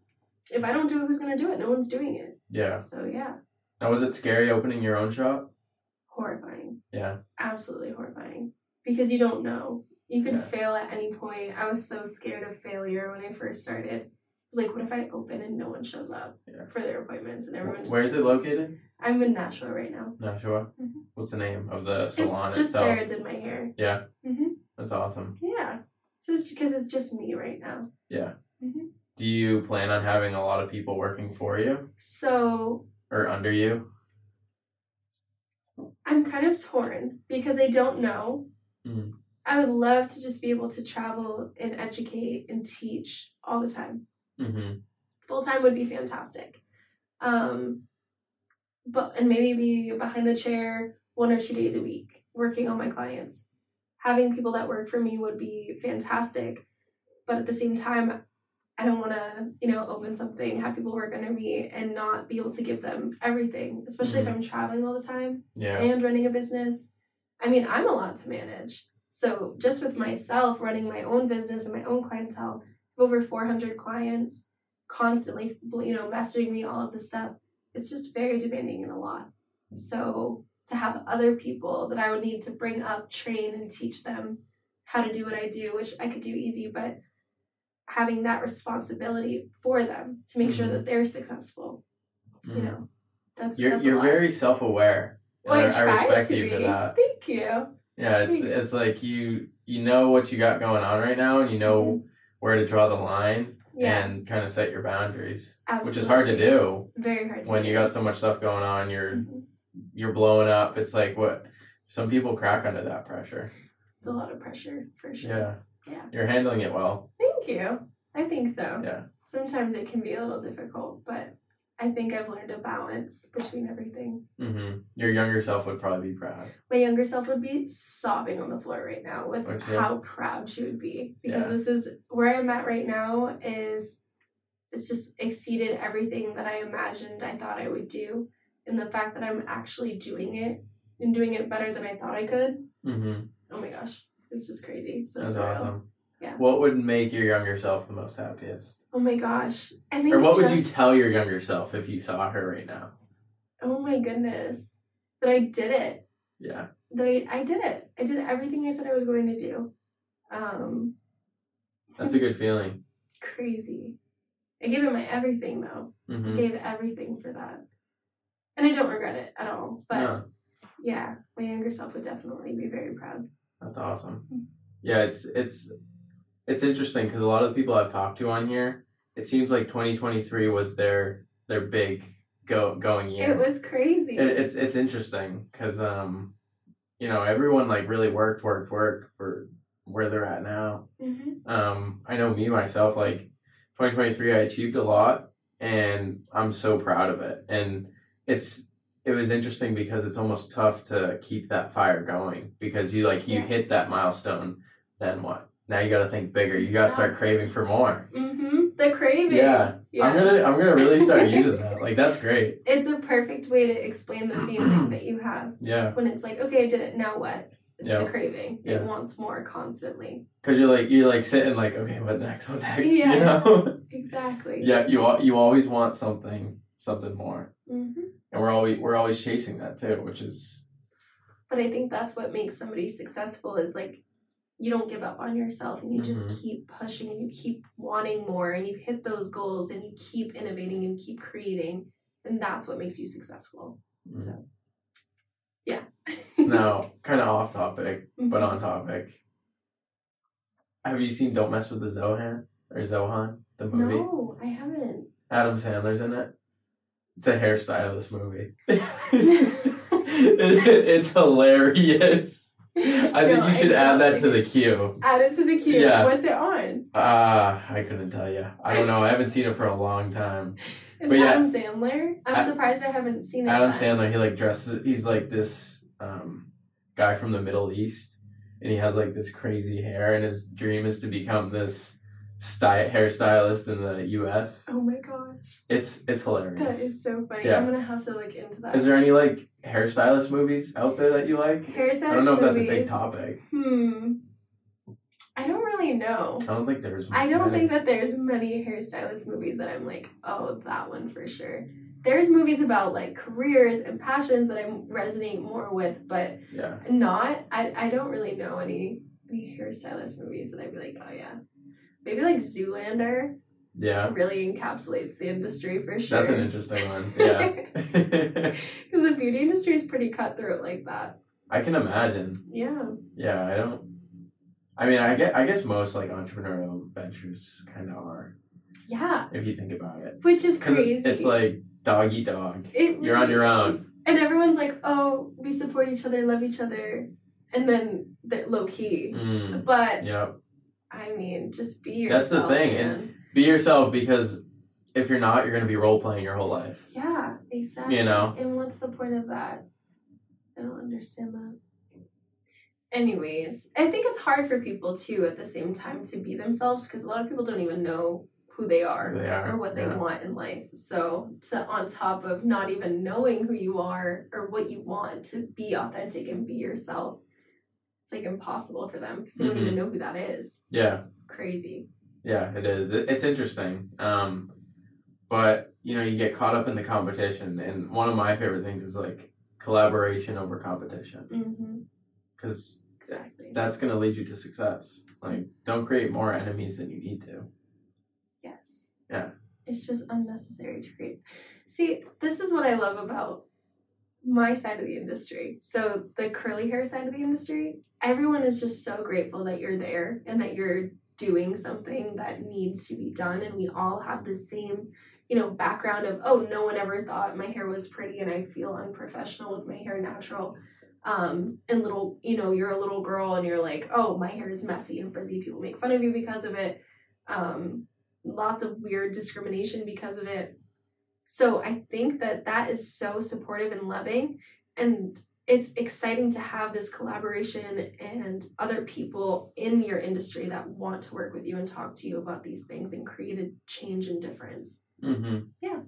[SPEAKER 2] if I don't do it, who's gonna do it? No one's doing it.
[SPEAKER 1] Yeah.
[SPEAKER 2] So yeah,
[SPEAKER 1] Now was it scary opening your own shop?
[SPEAKER 2] horrifying.
[SPEAKER 1] Yeah.
[SPEAKER 2] Absolutely horrifying. Because you don't know. You could
[SPEAKER 1] Yeah.
[SPEAKER 2] fail at any point. I was so scared of failure when I first started. I was like, what if I open and no one shows up
[SPEAKER 1] Yeah.
[SPEAKER 2] for their appointments and everyone just
[SPEAKER 1] Where is it located?
[SPEAKER 2] I'm in Nashville right now.
[SPEAKER 1] Not sure.
[SPEAKER 2] Mhm.
[SPEAKER 1] What's the name of the salon
[SPEAKER 2] it's just
[SPEAKER 1] itself?
[SPEAKER 2] Sarah did my hair.
[SPEAKER 1] Yeah.
[SPEAKER 2] Mm-hmm.
[SPEAKER 1] That's awesome.
[SPEAKER 2] Yeah. So it's because it's just me right now.
[SPEAKER 1] Do you plan on having a lot of people working for you
[SPEAKER 2] So
[SPEAKER 1] or under you?
[SPEAKER 2] I'm kind of torn because I don't know.
[SPEAKER 1] Mm.
[SPEAKER 2] I would love to just be able to travel and educate and teach all the time.
[SPEAKER 1] Mm-hmm.
[SPEAKER 2] Full time would be fantastic. Um, but and maybe be behind the chair one or two days a week working on my clients. Having people that work for me would be fantastic, but at the same time, I don't want to, you know, open something, have people work under me, and not be able to give them everything, especially if I'm traveling all the time
[SPEAKER 1] Yeah.
[SPEAKER 2] and running a business. I mean, I'm a lot to manage. So just with myself running my own business and my own clientele, I have over 400 clients constantly, you know, messaging me all of this stuff. It's just very demanding and a lot. So to have other people that I would need to bring up, train, and teach them how to do what I do, which I could do easy, but having that responsibility for them to make sure
[SPEAKER 1] Mhm.
[SPEAKER 2] that they're successful, you
[SPEAKER 1] Mhm.
[SPEAKER 2] know, that's
[SPEAKER 1] You're
[SPEAKER 2] that's a
[SPEAKER 1] you're
[SPEAKER 2] lot.
[SPEAKER 1] very self aware.
[SPEAKER 2] Well, I,
[SPEAKER 1] I
[SPEAKER 2] try
[SPEAKER 1] respect
[SPEAKER 2] to
[SPEAKER 1] you
[SPEAKER 2] be.
[SPEAKER 1] for that.
[SPEAKER 2] Thank you.
[SPEAKER 1] Yeah, it's
[SPEAKER 2] Thanks.
[SPEAKER 1] it's like you you know what you got going on right now and you know where to draw the line
[SPEAKER 2] Mm-hmm. Yeah,
[SPEAKER 1] and kind of set your boundaries,
[SPEAKER 2] absolutely.
[SPEAKER 1] which is hard to do
[SPEAKER 2] Very hard to
[SPEAKER 1] when
[SPEAKER 2] do.
[SPEAKER 1] you got so much stuff going on. You're
[SPEAKER 2] Mhm.
[SPEAKER 1] you're blowing up. It's like what some people crack under that pressure.
[SPEAKER 2] It's a lot of pressure for sure.
[SPEAKER 1] Yeah.
[SPEAKER 2] Yeah.
[SPEAKER 1] You're handling it well.
[SPEAKER 2] Thank you. I think so.
[SPEAKER 1] Yeah.
[SPEAKER 2] Sometimes it can be a little difficult, but I think I've learned a balance between everything.
[SPEAKER 1] hmm Your younger self would probably be proud.
[SPEAKER 2] My younger self would be sobbing on the floor right now with
[SPEAKER 1] Aren't you?
[SPEAKER 2] how proud she would be because
[SPEAKER 1] Yeah.
[SPEAKER 2] this is where I'm at right now is it's just exceeded everything that I imagined I thought I would do and the fact that I'm actually doing it and doing it better than I thought I could.
[SPEAKER 1] Mm-hmm.
[SPEAKER 2] Oh my gosh, it's just crazy. So
[SPEAKER 1] That's
[SPEAKER 2] surreal.
[SPEAKER 1] awesome.
[SPEAKER 2] Yeah.
[SPEAKER 1] What would make your younger self the most happiest?
[SPEAKER 2] Oh my gosh. I think
[SPEAKER 1] Or what would you
[SPEAKER 2] just-
[SPEAKER 1] tell your younger self if you saw her right now?
[SPEAKER 2] Oh my goodness. That I did it.
[SPEAKER 1] Yeah.
[SPEAKER 2] that I, I did it. I did everything I said I was going to do. Um,
[SPEAKER 1] That's a good feeling.
[SPEAKER 2] crazy. I gave it my everything though.
[SPEAKER 1] Mm-hmm.
[SPEAKER 2] Gave everything for that, and I don't regret it at all. But
[SPEAKER 1] no,
[SPEAKER 2] yeah, my younger self would definitely be very proud.
[SPEAKER 1] that's
[SPEAKER 2] Hmm.
[SPEAKER 1] awesome. Yeah, it's it's it's interesting because a lot of the people I've talked to on here, it seems like 2023 was their their big go going year.
[SPEAKER 2] It was crazy.
[SPEAKER 1] it, it's it's interesting because um you know everyone like really worked worked worked for where they're at now
[SPEAKER 2] hmm
[SPEAKER 1] um i know me myself like 2023 i achieved a lot and i'm so proud of it and it's it was interesting because it's almost tough to keep that fire going because you like you
[SPEAKER 2] Yes.
[SPEAKER 1] hit that milestone then what now you got to think bigger you got to start
[SPEAKER 2] Exactly.
[SPEAKER 1] craving for more
[SPEAKER 2] hmm The craving.
[SPEAKER 1] yeah.
[SPEAKER 2] Yeah.
[SPEAKER 1] i'm gonna i'm gonna really start using that like that's great
[SPEAKER 2] it's a perfect way to explain the feeling that you have
[SPEAKER 1] yeah
[SPEAKER 2] when it's like, okay, I did it. Now what? It's
[SPEAKER 1] Yeah.
[SPEAKER 2] the craving.
[SPEAKER 1] Yeah.
[SPEAKER 2] It wants more constantly.
[SPEAKER 1] Cause you're like you're like sitting like okay what next what next
[SPEAKER 2] Yeah.
[SPEAKER 1] you know
[SPEAKER 2] Exactly.
[SPEAKER 1] yeah you al- you always want something something more
[SPEAKER 2] hmm
[SPEAKER 1] and we're always we're always chasing that too which is
[SPEAKER 2] but i think that's what makes somebody successful is like you don't give up on yourself and you
[SPEAKER 1] Mm-hmm.
[SPEAKER 2] just keep pushing and you keep wanting more and you hit those goals and you keep innovating and keep creating and that's what makes you successful so yeah
[SPEAKER 1] now kind of off topic but
[SPEAKER 2] Mhm.
[SPEAKER 1] on topic. Have you seen Don't Mess with the Zohan or Zohan the movie?
[SPEAKER 2] no i haven't
[SPEAKER 1] Adam Sandler's in it. It's a hairstylist movie. It- it's hilarious. I think
[SPEAKER 2] No,
[SPEAKER 1] you should add that
[SPEAKER 2] don't.
[SPEAKER 1] to the queue.
[SPEAKER 2] add it to the queue
[SPEAKER 1] Yeah.
[SPEAKER 2] what's it on
[SPEAKER 1] Ah, I couldn't tell you. I don't know. I haven't seen it for a long time.
[SPEAKER 2] it's
[SPEAKER 1] But yeah.
[SPEAKER 2] adam sandler i'm
[SPEAKER 1] A-
[SPEAKER 2] surprised i haven't seen it
[SPEAKER 1] Adam
[SPEAKER 2] yet.
[SPEAKER 1] Sandler, he like dresses. He's like this um, guy from the Middle East, and he has like this crazy hair, and his dream is to become this sty- hairstylist in the U.S.
[SPEAKER 2] oh my gosh
[SPEAKER 1] It's it's hilarious.
[SPEAKER 2] that is so funny
[SPEAKER 1] Yeah.
[SPEAKER 2] i'm gonna have to look into that
[SPEAKER 1] Is there any like hairstylist movies out there that you like?
[SPEAKER 2] Parasite's
[SPEAKER 1] I don't know if that's a big
[SPEAKER 2] movies.
[SPEAKER 1] topic.
[SPEAKER 2] Hmm. I don't really know.
[SPEAKER 1] I don't think there's.
[SPEAKER 2] I don't
[SPEAKER 1] many.
[SPEAKER 2] think that there's many hairstylist movies that I'm like, oh, that one for sure. There's movies about like careers and passions that I resonate more with, but
[SPEAKER 1] Yeah,
[SPEAKER 2] not. I, I don't really know any any hairstylist movies that I'd be like, oh yeah. Maybe like Zoolander
[SPEAKER 1] yeah,
[SPEAKER 2] really encapsulates the industry for sure.
[SPEAKER 1] that's an interesting one. Yeah,
[SPEAKER 2] Because the beauty industry is pretty cutthroat like that.
[SPEAKER 1] I can imagine.
[SPEAKER 2] Yeah.
[SPEAKER 1] Yeah, I don't. I mean, I guess, I guess most like entrepreneurial ventures kind of are,
[SPEAKER 2] Yeah.
[SPEAKER 1] if you think about it,
[SPEAKER 2] Which is
[SPEAKER 1] because
[SPEAKER 2] crazy.
[SPEAKER 1] it's, it's like dog eat dog.
[SPEAKER 2] It
[SPEAKER 1] You're on
[SPEAKER 2] really
[SPEAKER 1] your own.
[SPEAKER 2] is. And everyone's like, oh, we support each other, love each other. And then the low key.
[SPEAKER 1] Mm,
[SPEAKER 2] But
[SPEAKER 1] yeah,
[SPEAKER 2] I mean, just be yourself.
[SPEAKER 1] That's the thing,
[SPEAKER 2] man.
[SPEAKER 1] be yourself because if you're not, you're gonna be role playing your whole life.
[SPEAKER 2] yeah, exactly.
[SPEAKER 1] You know.
[SPEAKER 2] And what's the point of that? I don't understand that. Anyways, I think it's hard for people too at the same time to be themselves because a lot of people don't even know who they are
[SPEAKER 1] They are
[SPEAKER 2] or what they
[SPEAKER 1] yeah.
[SPEAKER 2] want in life. So, to on top of not even knowing who you are or what you want to be authentic and be yourself, it's like impossible for them because they don't even know who that is.
[SPEAKER 1] Yeah,
[SPEAKER 2] Crazy.
[SPEAKER 1] Yeah, it is. It, it's interesting. Um, but you know, you get caught up in the competition, and one of my favorite things is like collaboration over competition,
[SPEAKER 2] hmm
[SPEAKER 1] because
[SPEAKER 2] Exactly.
[SPEAKER 1] that's gonna lead you to success. Like, don't create more enemies than you need to.
[SPEAKER 2] Yes.
[SPEAKER 1] Yeah.
[SPEAKER 2] It's just unnecessary to create. See, this is what I love about my side of the industry. So, the curly hair side of the industry, everyone is just so grateful that you're there and that you're doing something that needs to be done. And we all have the same, you know, background of, oh, no one ever thought my hair was pretty and I feel unprofessional with my hair natural. Um, and little, you know, you're a little girl and you're like, oh, my hair is messy and frizzy. People make fun of you because of it. Um, lots of weird discrimination because of it. So I think that that is so supportive and loving. And it's exciting to have this collaboration and other people in your industry that want to work with you and talk to you about these things and create a change and difference.
[SPEAKER 1] Mm-hmm.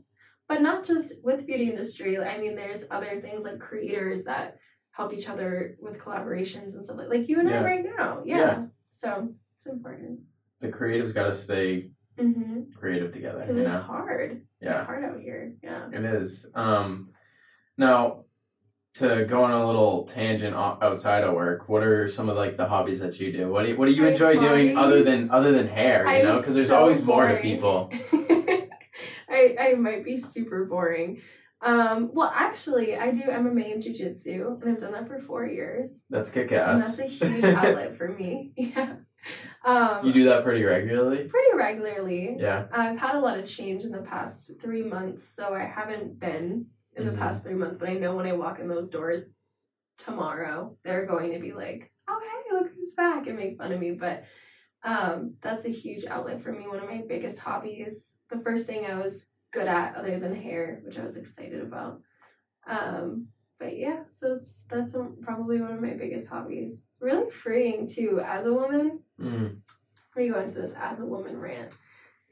[SPEAKER 2] But not just with beauty industry. I mean, there's other things like creators that help each other with collaborations and stuff like like you and I
[SPEAKER 1] Yeah.
[SPEAKER 2] right now. Yeah.
[SPEAKER 1] Yeah.
[SPEAKER 2] So it's important.
[SPEAKER 1] The creatives got to stay
[SPEAKER 2] Mm-hmm.
[SPEAKER 1] creative together.
[SPEAKER 2] Because
[SPEAKER 1] You
[SPEAKER 2] it's
[SPEAKER 1] know?
[SPEAKER 2] hard. It's
[SPEAKER 1] Yeah,
[SPEAKER 2] hard out here. Yeah.
[SPEAKER 1] it is. Um, now, to go on a little tangent o- outside of work, what are some of like the hobbies that you do? What do you, what do you
[SPEAKER 2] My
[SPEAKER 1] enjoy doing other
[SPEAKER 2] hobbies?
[SPEAKER 1] than other than hair? You
[SPEAKER 2] I'm
[SPEAKER 1] know, because there's
[SPEAKER 2] so
[SPEAKER 1] always more to
[SPEAKER 2] boring.
[SPEAKER 1] people.
[SPEAKER 2] I I might be super boring. Um, well, actually, I do MMA and jujitsu, and I've done that for four years.
[SPEAKER 1] That's kick
[SPEAKER 2] And
[SPEAKER 1] ass.
[SPEAKER 2] that's a huge outlet for me. Yeah. Um,
[SPEAKER 1] you do that pretty regularly.
[SPEAKER 2] pretty regularly.
[SPEAKER 1] Yeah.
[SPEAKER 2] I've had a lot of change in the past three months, so I haven't been in the
[SPEAKER 1] Mhm.
[SPEAKER 2] past three months, but I know when I walk in those doors tomorrow, they're going to be like, oh, hey, look who's back and make fun of me. But um, that's a huge outlet for me. One of my biggest hobbies, the first thing I was good at other than hair, which I was excited about. Um, but yeah, so it's, that's um, probably one of my biggest hobbies. Really freeing too, as a woman,
[SPEAKER 1] Mm.
[SPEAKER 2] where you go into this as a woman rant.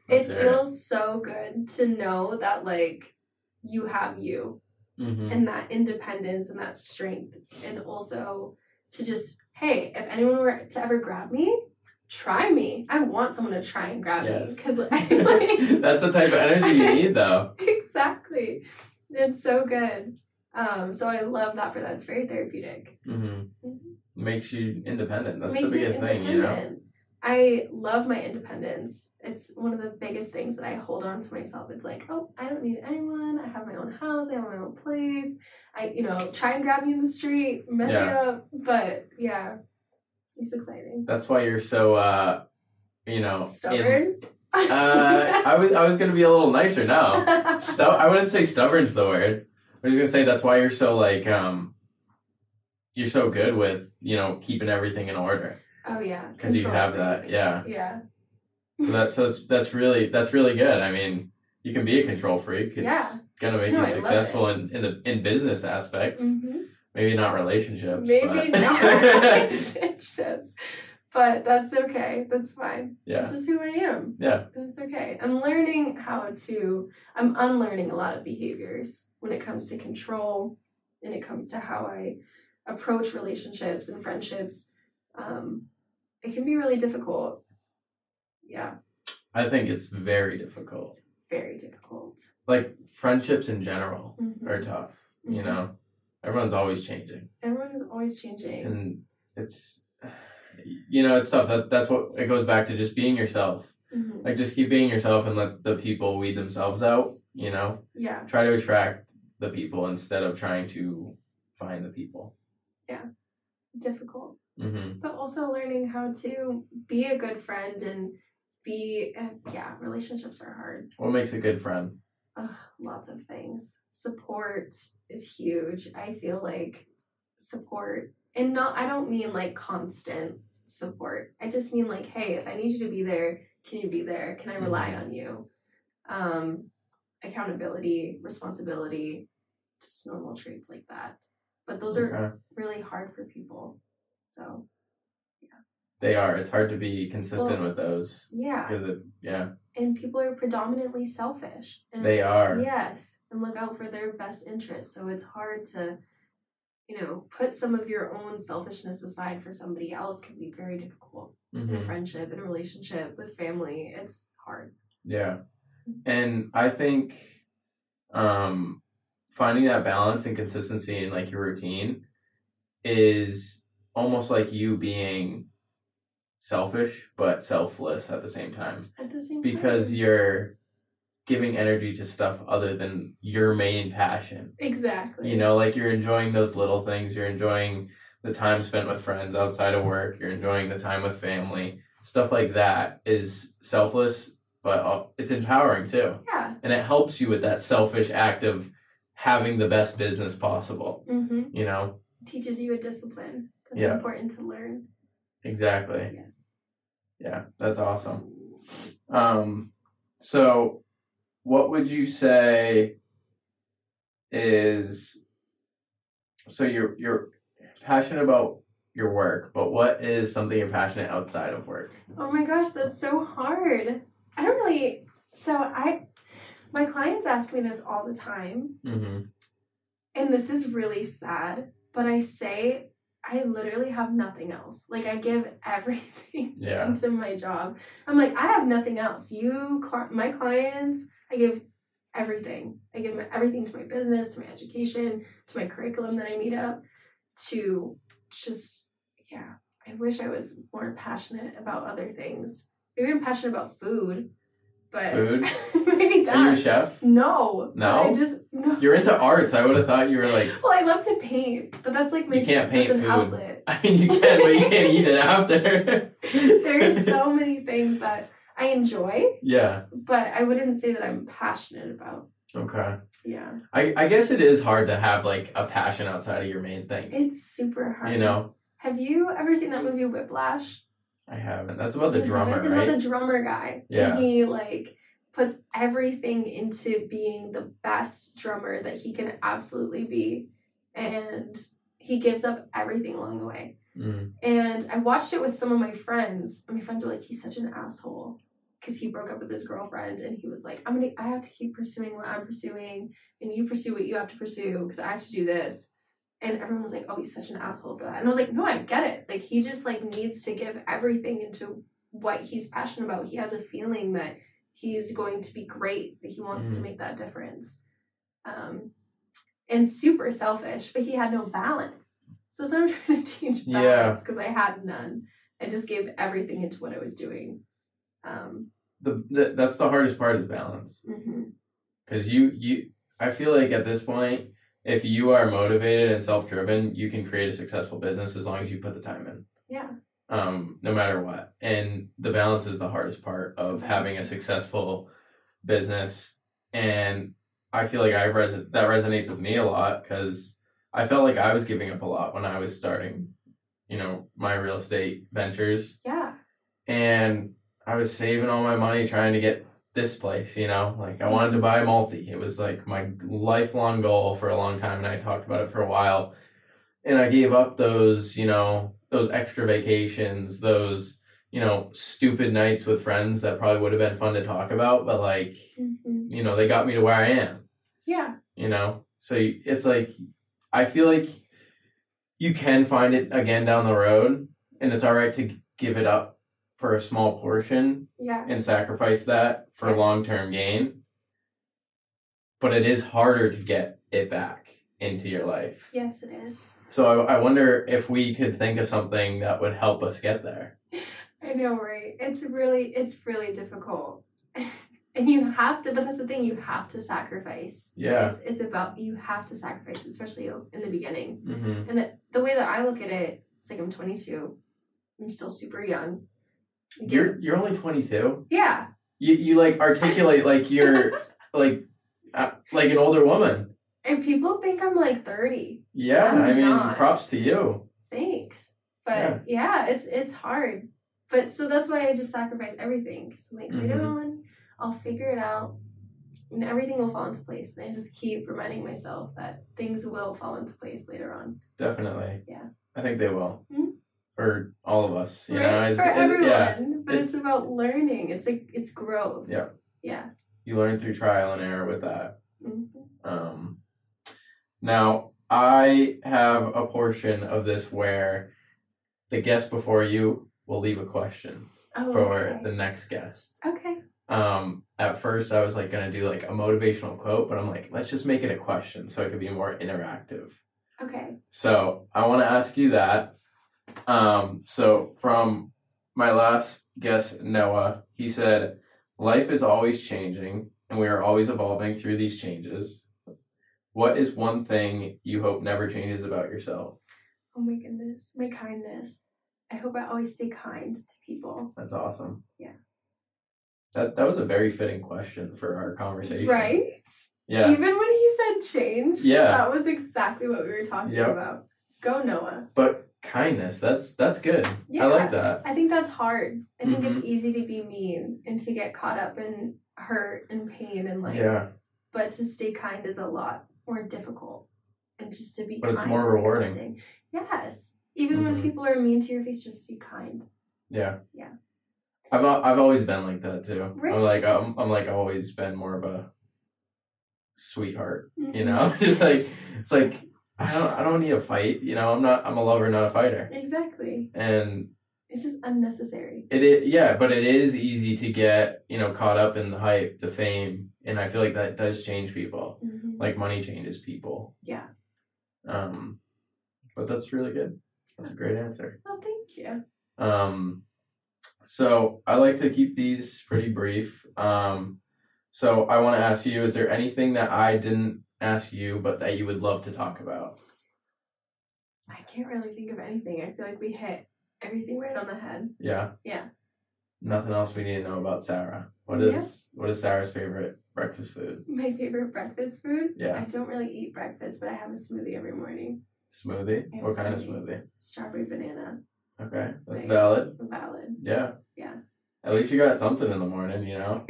[SPEAKER 2] It
[SPEAKER 1] Let's hear it.
[SPEAKER 2] feels so good to know that like you have you
[SPEAKER 1] Mm-hmm.
[SPEAKER 2] and that independence and that strength and also to just hey, if anyone were to ever grab me, try me. I want someone to try and grab me
[SPEAKER 1] Yes.
[SPEAKER 2] because like
[SPEAKER 1] That's the type of energy you need, though.
[SPEAKER 2] exactly. It's so good. Um, so I love that for that. It's very therapeutic.
[SPEAKER 1] Mm-hmm.
[SPEAKER 2] Mhm.
[SPEAKER 1] Makes you independent. That's
[SPEAKER 2] Makes
[SPEAKER 1] the
[SPEAKER 2] me
[SPEAKER 1] biggest thing, you know.
[SPEAKER 2] independent. I love my independence. It's one of the biggest things that I hold on to myself. It's like, oh, I don't need anyone. I have my own house. I have my own place. I, you know, try and grab me in the street, mess you
[SPEAKER 1] Yeah.
[SPEAKER 2] up. But yeah, it's exciting.
[SPEAKER 1] That's why you're so, uh, you know, in-
[SPEAKER 2] Stubborn.
[SPEAKER 1] Uh, I was I was gonna be a little nicer now. Stu- I wouldn't say stubborn's the word. I'm just gonna say that's why you're so like um, you're so good with you know keeping everything in order
[SPEAKER 2] oh yeah,
[SPEAKER 1] because you
[SPEAKER 2] Control
[SPEAKER 1] have that.
[SPEAKER 2] freak.
[SPEAKER 1] Yeah.
[SPEAKER 2] Yeah,
[SPEAKER 1] So that's so that's, that's really that's really good. I mean, you can be a control freak. It's
[SPEAKER 2] Yeah.
[SPEAKER 1] gonna make
[SPEAKER 2] No, I
[SPEAKER 1] you
[SPEAKER 2] love
[SPEAKER 1] successful in, in the in business aspects.
[SPEAKER 2] Mhm.
[SPEAKER 1] Maybe not relationships.
[SPEAKER 2] maybe
[SPEAKER 1] but-
[SPEAKER 2] not relationships, but that's okay. That's fine.
[SPEAKER 1] yeah.
[SPEAKER 2] This is who I am.
[SPEAKER 1] Yeah.
[SPEAKER 2] And it's okay. I'm learning how to, I'm unlearning a lot of behaviors when it comes to control and it comes to how I approach relationships and friendships. Um, it can be really difficult. Yeah,
[SPEAKER 1] I think it's very difficult.
[SPEAKER 2] very difficult.
[SPEAKER 1] Like friendships in general
[SPEAKER 2] Mhm.
[SPEAKER 1] are tough. You
[SPEAKER 2] Mhm.
[SPEAKER 1] know, everyone's always changing.
[SPEAKER 2] Everyone's always changing.
[SPEAKER 1] and it's you know it's tough that that's what it goes back to just being yourself
[SPEAKER 2] Mhm.
[SPEAKER 1] like just keep being yourself and let the people weed themselves out you know
[SPEAKER 2] Yeah,
[SPEAKER 1] try to attract the people instead of trying to find the people
[SPEAKER 2] difficult.
[SPEAKER 1] mm-hmm.
[SPEAKER 2] But also learning how to be a good friend and be, uh, yeah, relationships are hard.
[SPEAKER 1] what makes a good friend
[SPEAKER 2] Ugh, lots of things. Support is huge. I feel like support, and not, I don't mean like constant support. I just mean like, hey, if I need you to be there, can you be there? Can I rely on you? Um, accountability, responsibility, just normal traits like that. But those are
[SPEAKER 1] Okay.
[SPEAKER 2] really hard for people. So,
[SPEAKER 1] they are it's hard to be consistent with those
[SPEAKER 2] yeah.
[SPEAKER 1] because it yeah
[SPEAKER 2] And people are predominantly selfish. And
[SPEAKER 1] they are
[SPEAKER 2] Yes, and look out for their best interests. So it's hard to, you know, put some of your own selfishness aside for somebody else can be very difficult in a
[SPEAKER 1] Mhm.
[SPEAKER 2] friendship, in a relationship, with family. It's hard.
[SPEAKER 1] Yeah. And I think um finding that balance and consistency in like your routine is almost like you being selfish but selfless at the same time
[SPEAKER 2] At the same
[SPEAKER 1] because
[SPEAKER 2] time.
[SPEAKER 1] you're giving energy to stuff other than your main passion.
[SPEAKER 2] exactly.
[SPEAKER 1] You know, like you're enjoying those little things, you're enjoying the time spent with friends outside of work, you're enjoying the time with family. Stuff like that is selfless, but uh, it's empowering too.
[SPEAKER 2] Yeah.
[SPEAKER 1] And it helps you with that selfish act of having the best business possible,
[SPEAKER 2] Mm-hmm.
[SPEAKER 1] you know?
[SPEAKER 2] Teaches you a discipline. That's
[SPEAKER 1] Yeah.
[SPEAKER 2] important to learn.
[SPEAKER 1] Exactly.
[SPEAKER 2] Yes.
[SPEAKER 1] Yeah, that's awesome. Um so what would you say is so you're you're passionate about your work, but what is something you're passionate outside of work?
[SPEAKER 2] Oh my gosh, that's so hard. I don't really. So I, my clients ask me this all the time,
[SPEAKER 1] Mm-hmm.
[SPEAKER 2] and this is really sad. But I say I literally have nothing else. Like I give everything
[SPEAKER 1] Yeah.
[SPEAKER 2] to my job. I'm like I have nothing else. You, cli my clients, I give everything. I give my, everything to my business, to my education, to my curriculum that I meet up, to just yeah. I wish I was more passionate about other things. Maybe I'm passionate about food, but
[SPEAKER 1] Food?
[SPEAKER 2] maybe
[SPEAKER 1] Are you a
[SPEAKER 2] that.
[SPEAKER 1] chef?
[SPEAKER 2] No,
[SPEAKER 1] No?
[SPEAKER 2] I just no.
[SPEAKER 1] You're into arts. I would have thought you were like
[SPEAKER 2] well, I love to paint, but that's like my
[SPEAKER 1] You can't
[SPEAKER 2] that's
[SPEAKER 1] paint
[SPEAKER 2] an
[SPEAKER 1] food.
[SPEAKER 2] outlet.
[SPEAKER 1] I mean you can, but you can't eat it after.
[SPEAKER 2] there's so many things that I enjoy,
[SPEAKER 1] yeah.
[SPEAKER 2] but I wouldn't say that I'm passionate about.
[SPEAKER 1] Okay.
[SPEAKER 2] Yeah.
[SPEAKER 1] I, I guess it is hard to have like a passion outside of your main thing.
[SPEAKER 2] It's super hard.
[SPEAKER 1] You know,
[SPEAKER 2] Have you ever seen that movie Whiplash?
[SPEAKER 1] I haven't. That's about the
[SPEAKER 2] You
[SPEAKER 1] drummer,
[SPEAKER 2] haven't? It's
[SPEAKER 1] right?
[SPEAKER 2] about the drummer guy.
[SPEAKER 1] Yeah.
[SPEAKER 2] And he like puts everything into being the best drummer that he can absolutely be. And he gives up everything along the way.
[SPEAKER 1] Mm.
[SPEAKER 2] And I watched it with some of my friends. And my friends were like, he's such an asshole. Because he broke up with his girlfriend and he was like, I'm gonna I have to keep pursuing what I'm pursuing, and you pursue what you have to pursue, because I have to do this. And everyone was like, Oh, he's such an asshole for that. And I was like, No, I get it. Like he just like needs to give everything into what he's passionate about. He has a feeling that he's going to be great, that he wants to
[SPEAKER 1] Mhm.
[SPEAKER 2] make that difference. Um and super selfish, but he had no balance. So that's what I'm trying to teach
[SPEAKER 1] Yeah.
[SPEAKER 2] balance because I had none. I just gave everything into what I was doing. Um,
[SPEAKER 1] The, the that's the hardest part is balance
[SPEAKER 2] mhm.
[SPEAKER 1] because you you I feel like at this point if you are motivated and self driven you can create a successful business as long as you put the time in
[SPEAKER 2] Yeah.
[SPEAKER 1] um no matter what and the balance is the hardest part of having a successful business and I feel like I res- that resonates with me a lot because I felt like I was giving up a lot when I was starting you know my real estate ventures
[SPEAKER 2] Yeah.
[SPEAKER 1] and I was saving all my money trying to get this place, you know? Like I wanted to buy a multi. It was like my lifelong goal for a long time and I talked about it for a while. And I gave up those, you know, those extra vacations, those, you know, stupid nights with friends that probably would have been fun to talk about, but like,
[SPEAKER 2] Mhm.
[SPEAKER 1] you know, they got me to where I am
[SPEAKER 2] Yeah.
[SPEAKER 1] you know so you- it's like i feel like you can find it again down the road and it's all right to give it up for a small portion
[SPEAKER 2] Yeah.
[SPEAKER 1] and sacrifice that for
[SPEAKER 2] Yes.
[SPEAKER 1] long-term gain but it is harder to get it back into your life
[SPEAKER 2] Yes, it is.
[SPEAKER 1] so I, I wonder if we could think of something that would help us get there
[SPEAKER 2] I know, right? It's really, it's really difficult. and you have to, but that's the thing, you have to sacrifice.
[SPEAKER 1] yeah
[SPEAKER 2] It's, it's about, you have to sacrifice, especially in the beginning.
[SPEAKER 1] mm-hmm.
[SPEAKER 2] And it, the way that I look at it, it's like I'm 22. I'm still super young.
[SPEAKER 1] you're you're only 22
[SPEAKER 2] yeah.
[SPEAKER 1] you, you like articulate like you're like uh, like an older woman
[SPEAKER 2] And people think I'm like 30.
[SPEAKER 1] Yeah,
[SPEAKER 2] I'm
[SPEAKER 1] I mean,
[SPEAKER 2] not.
[SPEAKER 1] props to you.
[SPEAKER 2] Thanks. But yeah. it's it's hard. But so that's why I just sacrifice everything. Cause I'm like
[SPEAKER 1] Mm-hmm.
[SPEAKER 2] later on, I'll figure it out, and everything will fall into place. And I just keep reminding myself that things will fall into place later on.
[SPEAKER 1] Definitely.
[SPEAKER 2] Yeah.
[SPEAKER 1] I think they will.
[SPEAKER 2] Mhm.
[SPEAKER 1] For all of us, you know,
[SPEAKER 2] right?
[SPEAKER 1] it's,
[SPEAKER 2] For
[SPEAKER 1] it-
[SPEAKER 2] everyone,
[SPEAKER 1] yeah,
[SPEAKER 2] but it's, about learning. It's like it's growth.
[SPEAKER 1] Yeah.
[SPEAKER 2] Yeah.
[SPEAKER 1] you learn through trial and error with that.
[SPEAKER 2] Mhm.
[SPEAKER 1] Um, now I have a portion of this where the guest before you will leave a question
[SPEAKER 2] Oh,
[SPEAKER 1] for
[SPEAKER 2] okay.
[SPEAKER 1] the next guest.
[SPEAKER 2] okay.
[SPEAKER 1] Um, at first I was like gonna do like a motivational quote, but I'm like, let's just make it a question so it could be more interactive.
[SPEAKER 2] Okay.
[SPEAKER 1] So I want to ask you that. Um, so from my last guest, Noah, he said, "Life is always changing, and we are always evolving through these changes. What is one thing you hope never changes about yourself?"
[SPEAKER 2] Oh my goodness, my kindness. I hope I always stay kind to people.
[SPEAKER 1] That's awesome.
[SPEAKER 2] Yeah.
[SPEAKER 1] That that was a very fitting question for our conversation.
[SPEAKER 2] Right?
[SPEAKER 1] Yeah.
[SPEAKER 2] Even when he said change,
[SPEAKER 1] Yeah.
[SPEAKER 2] that was exactly what we were talking
[SPEAKER 1] Yep.
[SPEAKER 2] about. Go, Noah.
[SPEAKER 1] But kindness. That's that's good.
[SPEAKER 2] Yeah.
[SPEAKER 1] I like that.
[SPEAKER 2] I think that's hard. I think it's
[SPEAKER 1] Mm-hmm.
[SPEAKER 2] easy to be mean and to get caught up in hurt and pain and like,
[SPEAKER 1] Yeah.
[SPEAKER 2] but to stay kind is a lot more difficult and just to be
[SPEAKER 1] But
[SPEAKER 2] kind.
[SPEAKER 1] it's more
[SPEAKER 2] and
[SPEAKER 1] rewarding.
[SPEAKER 2] accepting. Yes. Even when
[SPEAKER 1] Mhm.
[SPEAKER 2] people are mean to your face, just be kind.
[SPEAKER 1] Yeah.
[SPEAKER 2] Yeah.
[SPEAKER 1] I've al- I've always been like that too.
[SPEAKER 2] Really?
[SPEAKER 1] I'm like I'm, I'm like always been more of a sweetheart, you
[SPEAKER 2] Mhm.
[SPEAKER 1] know? Just like it's like I don't I don't need a fight, you know. I'm not I'm a lover, not a fighter.
[SPEAKER 2] Exactly.
[SPEAKER 1] And
[SPEAKER 2] It's just unnecessary.
[SPEAKER 1] it is yeah, but it is easy to get, you know, caught up in the hype, the fame, and I feel like that does change people.
[SPEAKER 2] Mhm.
[SPEAKER 1] Like money changes people.
[SPEAKER 2] Yeah.
[SPEAKER 1] Um but that's really good. That's a great answer.
[SPEAKER 2] Oh, thank you.
[SPEAKER 1] Um, so I like to keep these pretty brief. Um, so I want to ask you: Is there anything that I didn't ask you, but that you would love to talk about?
[SPEAKER 2] I can't really think of anything. I feel like we hit everything right on the head.
[SPEAKER 1] Yeah.
[SPEAKER 2] Yeah.
[SPEAKER 1] Nothing else we need to know about Sarah. What is what is Sarah's favorite breakfast food?
[SPEAKER 2] My favorite breakfast food.
[SPEAKER 1] Yeah,
[SPEAKER 2] I don't really eat breakfast, but I have a smoothie every morning.
[SPEAKER 1] smoothie.
[SPEAKER 2] I have
[SPEAKER 1] What kind of
[SPEAKER 2] smoothie.
[SPEAKER 1] smoothie?
[SPEAKER 2] Strawberry banana.
[SPEAKER 1] Okay, that's
[SPEAKER 2] Same.
[SPEAKER 1] valid.
[SPEAKER 2] Valid.
[SPEAKER 1] Yeah.
[SPEAKER 2] Yeah.
[SPEAKER 1] At least you got something in the morning, you know.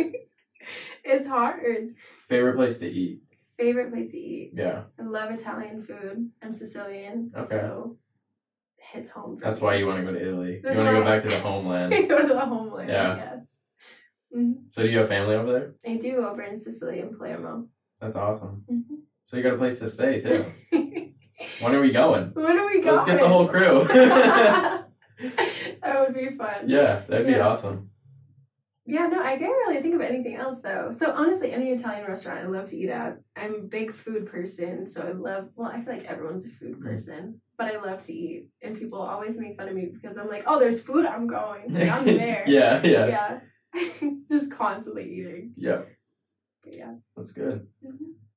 [SPEAKER 2] It's hard.
[SPEAKER 1] Favorite place to eat?
[SPEAKER 2] Favorite place to eat.
[SPEAKER 1] Yeah,
[SPEAKER 2] I love Italian food. I'm Sicilian,
[SPEAKER 1] Okay.
[SPEAKER 2] so it hits home. for
[SPEAKER 1] that's
[SPEAKER 2] me.
[SPEAKER 1] why you want to go to Italy.
[SPEAKER 2] That's
[SPEAKER 1] you want to go
[SPEAKER 2] why-
[SPEAKER 1] back to the homeland.
[SPEAKER 2] I go to the homeland.
[SPEAKER 1] Yeah.
[SPEAKER 2] Yes. Mhm.
[SPEAKER 1] so do you have family over there?
[SPEAKER 2] I do over in Sicily in Palermo.
[SPEAKER 1] That's awesome.
[SPEAKER 2] Mhm.
[SPEAKER 1] So you got a place to stay too. When are we going?
[SPEAKER 2] Where Mm-hmm. do we go?
[SPEAKER 1] Let's get the whole crew.
[SPEAKER 2] that would be fun.
[SPEAKER 1] yeah, that'd be
[SPEAKER 2] Yeah.
[SPEAKER 1] awesome.
[SPEAKER 2] Yeah, no, I can't really think of anything else though. So honestly, any Italian restaurant I love to eat at. I'm a big food person, so I love. Well, I feel like everyone's a food
[SPEAKER 1] Mhm.
[SPEAKER 2] person, but I love to eat, and people always make fun of me because I'm like, oh, there's food, I'm going, Like, I'm there.
[SPEAKER 1] yeah, yeah, yeah,
[SPEAKER 2] yeah, just constantly eating. But yeah,
[SPEAKER 1] That's good.
[SPEAKER 2] Mhm.